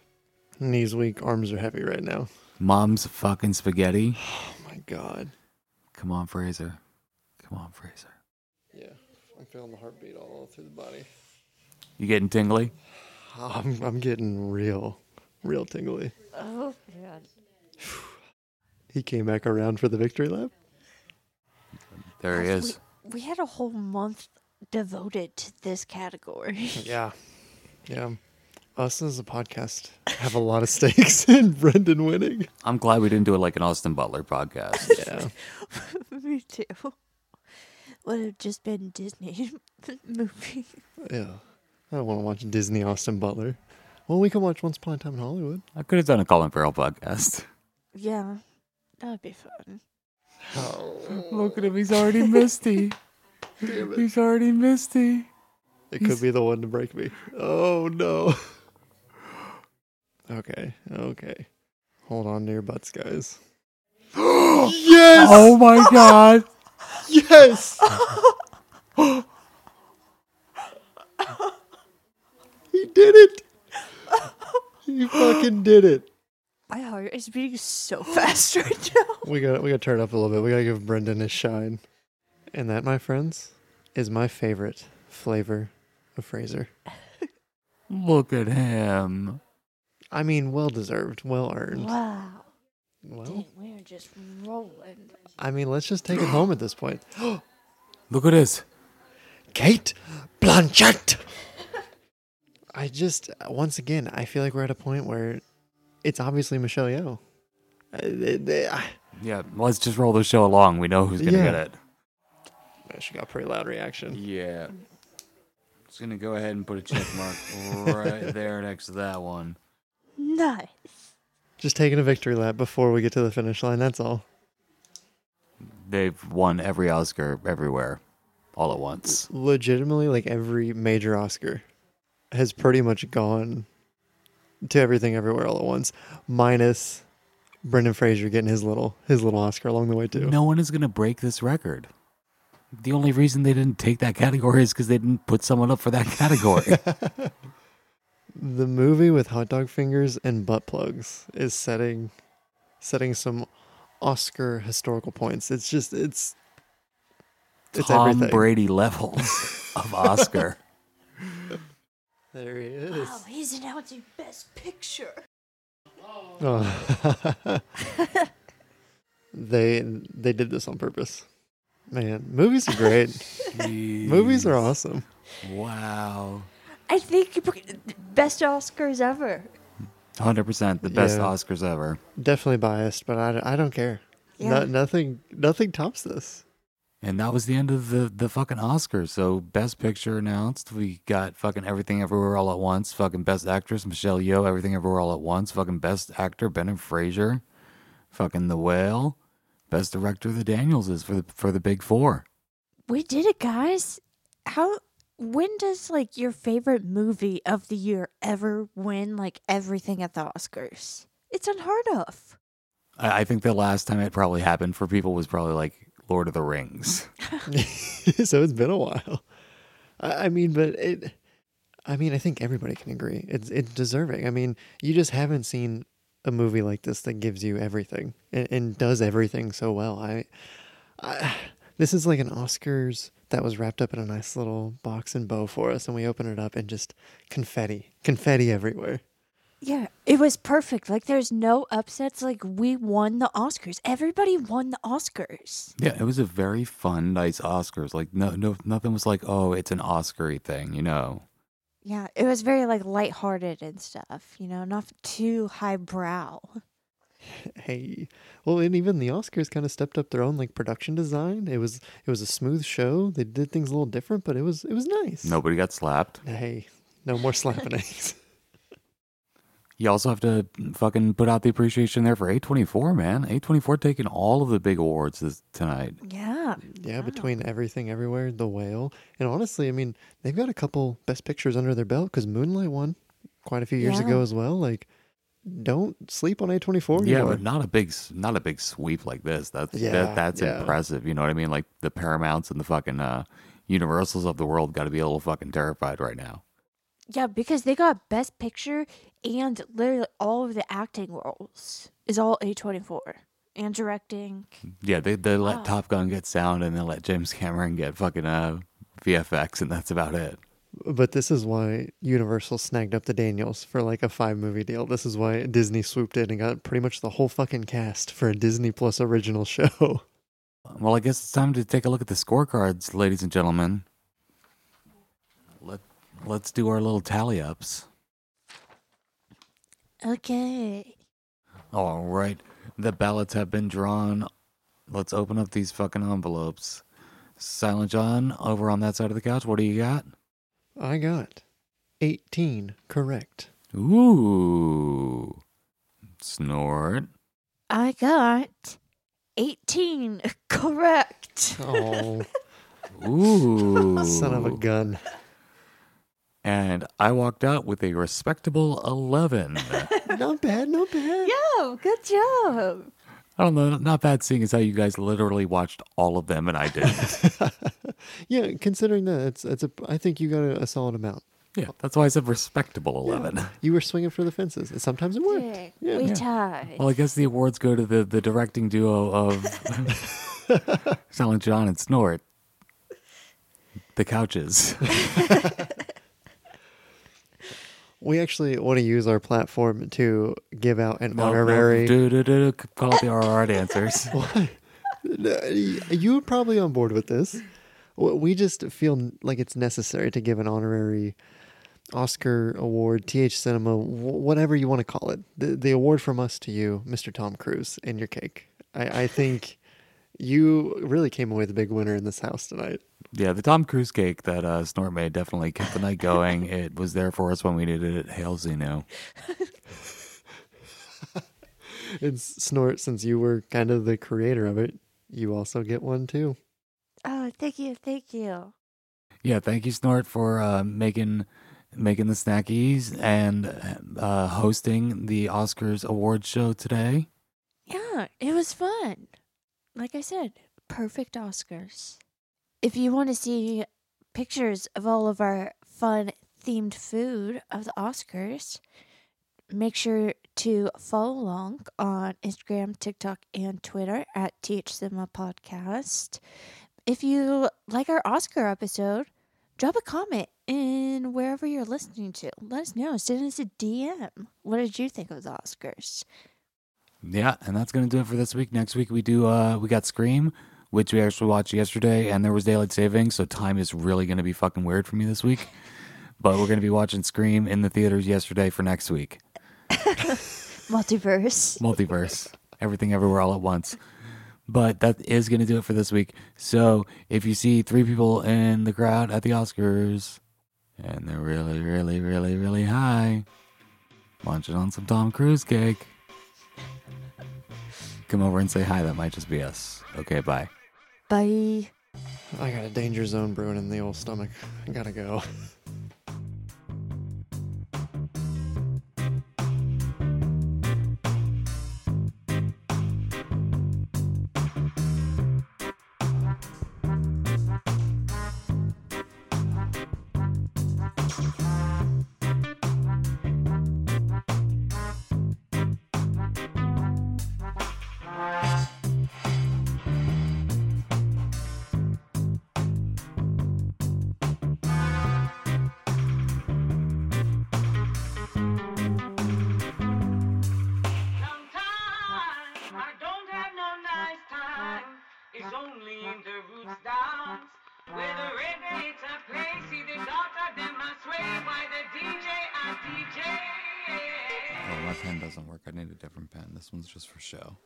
C: knees weak, arms are heavy right now.
B: Mom's fucking spaghetti.
C: Oh my god.
B: Come on, Fraser. Come on, Fraser.
C: Yeah, I'm feeling the heartbeat all through the body.
B: You getting tingly?
C: I'm I'm getting real, real tingly.
D: Oh man.
C: He came back around for the victory lap.
B: There he
D: Guys,
B: is.
D: We, we had a whole month devoted to this category.
C: Yeah. Yeah. Us as a podcast have a lot of stakes in Brendan winning.
B: I'm glad we didn't do it like an Austin Butler podcast.
C: Yeah.
D: Me too. Would have just been Disney movie.
C: Yeah. I don't want to watch Disney Austin Butler. Well, we can watch Once Upon a Time in Hollywood.
B: I could have done a Colin Farrell podcast.
D: Yeah, that would be fun.
B: Look at him. He's already misty. He's already misty.
C: It could be the one to break me. Oh, no. Okay. Okay. Hold on to your butts, guys. yes!
B: Oh my god.
C: Yes! he did it! He fucking did it.
D: My heart is beating so fast right now.
C: We got we got to turn it up a little bit. We got to give Brendan his shine. And that, my friends, is my favorite flavor of Fraser.
B: Look at him.
C: I mean, well deserved, well earned.
D: Wow.
C: Well,
D: we are just rolling.
C: I mean, let's just take it home at this point.
F: Look at this.
C: Kate Blanchett. I just once again, I feel like we're at a point where it's obviously Michelle Yeoh. Uh, they- they- I-
B: Yeah, let's just roll the show along. We know who's gonna
C: Yeah.
B: get it.
C: She got a pretty loud reaction.
F: Yeah. Just gonna go ahead and put a check mark right there next to that one.
D: Nice.
C: Just taking a victory lap before we get to the finish line. That's all.
B: They've won every Oscar everywhere, all at once.
C: Legitimately, like every major Oscar has pretty much gone to everything everywhere all at once, minus Brendan Fraser getting his little his little Oscar along the way too.
B: No one is gonna break this record. The only reason they didn't take that category is because they didn't put someone up for that category.
C: The movie with hot dog fingers and butt plugs is setting setting some Oscar historical points. It's just it's it's
B: Tom
C: everything.
B: Brady levels of Oscar.
C: There he is.
D: Wow, he's announcing Best Picture.
C: Oh. they they did this on purpose. Man, movies are great. movies are awesome.
F: Wow.
D: I think Best Oscars ever.
B: 100% the best
C: Yeah.
B: Oscars ever.
C: Definitely biased, but I, I don't care.
D: Yeah.
C: No, nothing nothing tops this.
B: And that was the end of the, the fucking Oscars. So best picture announced. We got fucking everything everywhere all at once. Fucking best actress Michelle Yeoh. Everything everywhere all at once. Fucking best actor Brendan Fraser. Fucking The Whale. Best director The Daniels is for the for the Big Four.
D: We did it, guys. How? When does like your favorite movie of the year ever win like everything at the Oscars? It's unheard of.
B: I, I think the last time it probably happened for people was probably like Lord of the Rings.
C: so it's been a while. I, I mean, but it. I mean, I think everybody can agree it's it's deserving. I mean, you just haven't seen a movie like this that gives you everything and, and does everything so well. I, I, this is like an Oscars that was wrapped up in a nice little box and bow for us, and we open it up and just confetti, confetti everywhere.
D: Yeah, it was perfect. Like there's no upsets. Like we won the Oscars. Everybody won the Oscars.
B: Yeah, it was a very fun, nice Oscars. Like no no nothing was like, oh, it's an Oscary thing, you know.
D: Yeah, it was very like lighthearted and stuff, you know, not too highbrow.
C: hey well and even the oscars kind of stepped up their own like production design it was it was a smooth show they did things a little different but it was it was nice
B: Nobody got slapped.
C: hey no more slapping eggs
B: You also have to fucking put out the appreciation there for A24, man. A24 taking all of the big awards this, tonight.
D: Yeah.
C: yeah
D: Wow.
C: between everything everywhere the whale and honestly i mean they've got a couple best pictures under their belt because moonlight won quite a few years
D: Yeah.
C: ago as well like don't sleep on a24
B: yeah,
C: either.
B: but not a big, s- not a big sweep like this. That's
C: Yeah,
B: that, that's
C: yeah.
B: impressive. You know what I mean? Like the Paramounts and the fucking uh, Universals of the world got to be a little fucking terrified right now.
D: Yeah, because they got best picture and literally all of the acting roles is all A24 and directing.
C: Hmm.
B: Yeah, they they let
D: Oh.
B: Top Gun get sound and they let James Cameron get fucking uh, VFX, and that's about it.
C: But this is why Universal snagged up the Daniels for like a five movie deal. This is why Disney swooped in and got pretty much the whole fucking cast for a Disney Plus original show.
B: Well, I guess it's time to take a look at the scorecards, ladies and gentlemen. Let let's do our little tally ups.
D: Okay.
B: All right. The ballots have been drawn. Let's open up these fucking envelopes. Silent John, over on that side of the couch, what do you got?
C: I got 18 correct.
B: Ooh. Snort.
D: I got 18 correct.
C: Oh,
B: Ooh.
C: son of a gun.
B: And I walked out with a respectable 11. I
C: Not bad, not bad.
D: Yo, good job.
B: don't know, not bad seeing as how you guys literally watched all of them and I didn't.
C: Yeah, considering that, it's, it's a, I think you got a, a solid amount.
B: yeah, that's why I said respectable 11.
C: You were swinging for the fences. and Sometimes it worked.
D: Yeah,
C: Yeah.
D: we tied.
B: Well, I guess the awards go to the, the directing duo of Silent John and Snort. The couches.
C: We actually want to use our platform to give out an
B: No, no,
C: honorary.
B: Do, do, do, do, call out the right answers.
C: No, y- You're probably on board with this. W- We just feel like it's necessary to give an honorary Oscar award, TH Cinema, wh- whatever you want to call it. The, the award from us to you, Mr. Tom Cruise, and your cake. I, I think you really came away the big winner in this house tonight.
B: Yeah, the Tom Cruise cake that uh, Snort made definitely kept the night going. it was there for us when we needed it. Hail Zeno.
C: And Snort, since you were kind of the creator of it, you also get one too.
D: Oh, thank you, thank you.
B: Yeah, thank you, Snort, for uh, making making the snackies and uh, hosting the Oscars award show today.
D: Yeah, it was fun. Like I said, perfect Oscars. If you want to see pictures of all of our fun themed food of the Oscars, make sure to follow along on Instagram, TikTok, and Twitter at Teach Them a Podcast. If you like our Oscar episode, drop a comment in wherever you're listening to. Let us know. Send us a DM. What did you think of the Oscars?
B: Yeah, and that's gonna do it for this week. Next week we do uh we got Scream, which we actually watched yesterday, and there was daylight savings, so time is really gonna be fucking weird for me this week. But we're gonna be watching Scream in the theaters yesterday for next week.
D: Multiverse.
B: multiverse, everything everywhere all at once. But that is going to do it for this week. So if you see three people in the crowd at the Oscars and they're really, really, really, really high, munching on some Tom Cruise cake, come over and say hi. That might just be us. Okay, bye.
D: Bye.
C: I got a danger zone brewing in the old stomach. I gotta go.
G: Sometimes I don't have no nice time. It's only in the roots dance where the rebates are played. See the daughter, them I sway. Why the DJ, I DJ.
B: Oh, my pen doesn't work. I need a different pen. This one's just for show.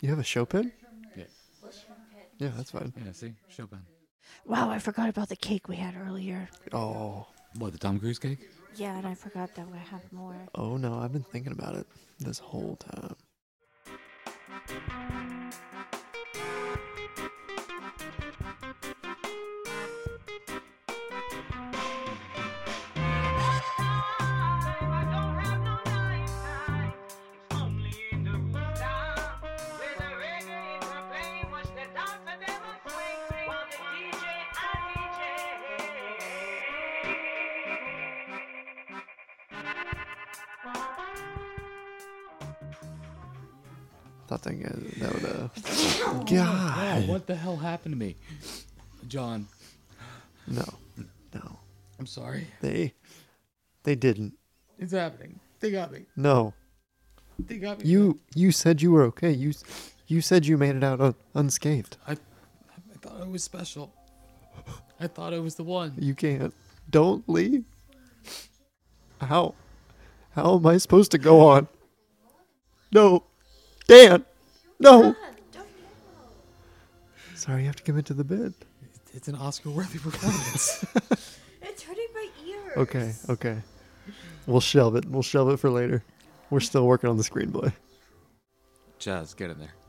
C: You have a show pin?
B: Yeah.
C: Yeah, that's fine.
B: Yeah, see? Show pen.
D: Wow, I forgot about the cake we had earlier.
C: Oh.
B: What, the Tom Cruise cake?
D: Yeah, and I forgot that we had more.
C: Oh no, I've been thinking about it this whole time.
G: Sometimes I don't have no nice time. It's only in the roots dance where the rebates are played. Watch the daughter, them I sway. While the DJ, I DJ.
C: Thought that guy that would uh God
B: What the hell happened to me? John,
C: No. No.
B: I'm sorry.
C: They they didn't.
F: It's happening. They got me.
C: No.
F: They got me.
C: You you said you were okay. You s- you said you made it out un- unscathed.
F: I, I thought I was special. I thought I was the one.
C: You can't. Don't leave. How how am I supposed to go on? No. Dan. No. Sorry, you have to commit to the bed.
F: It's an Oscar-worthy performance.
H: It's hurting my ear.
C: Okay, okay. We'll shelve it. We'll shelve it for later. We're still working on the screenplay.
F: Jazz, get in there.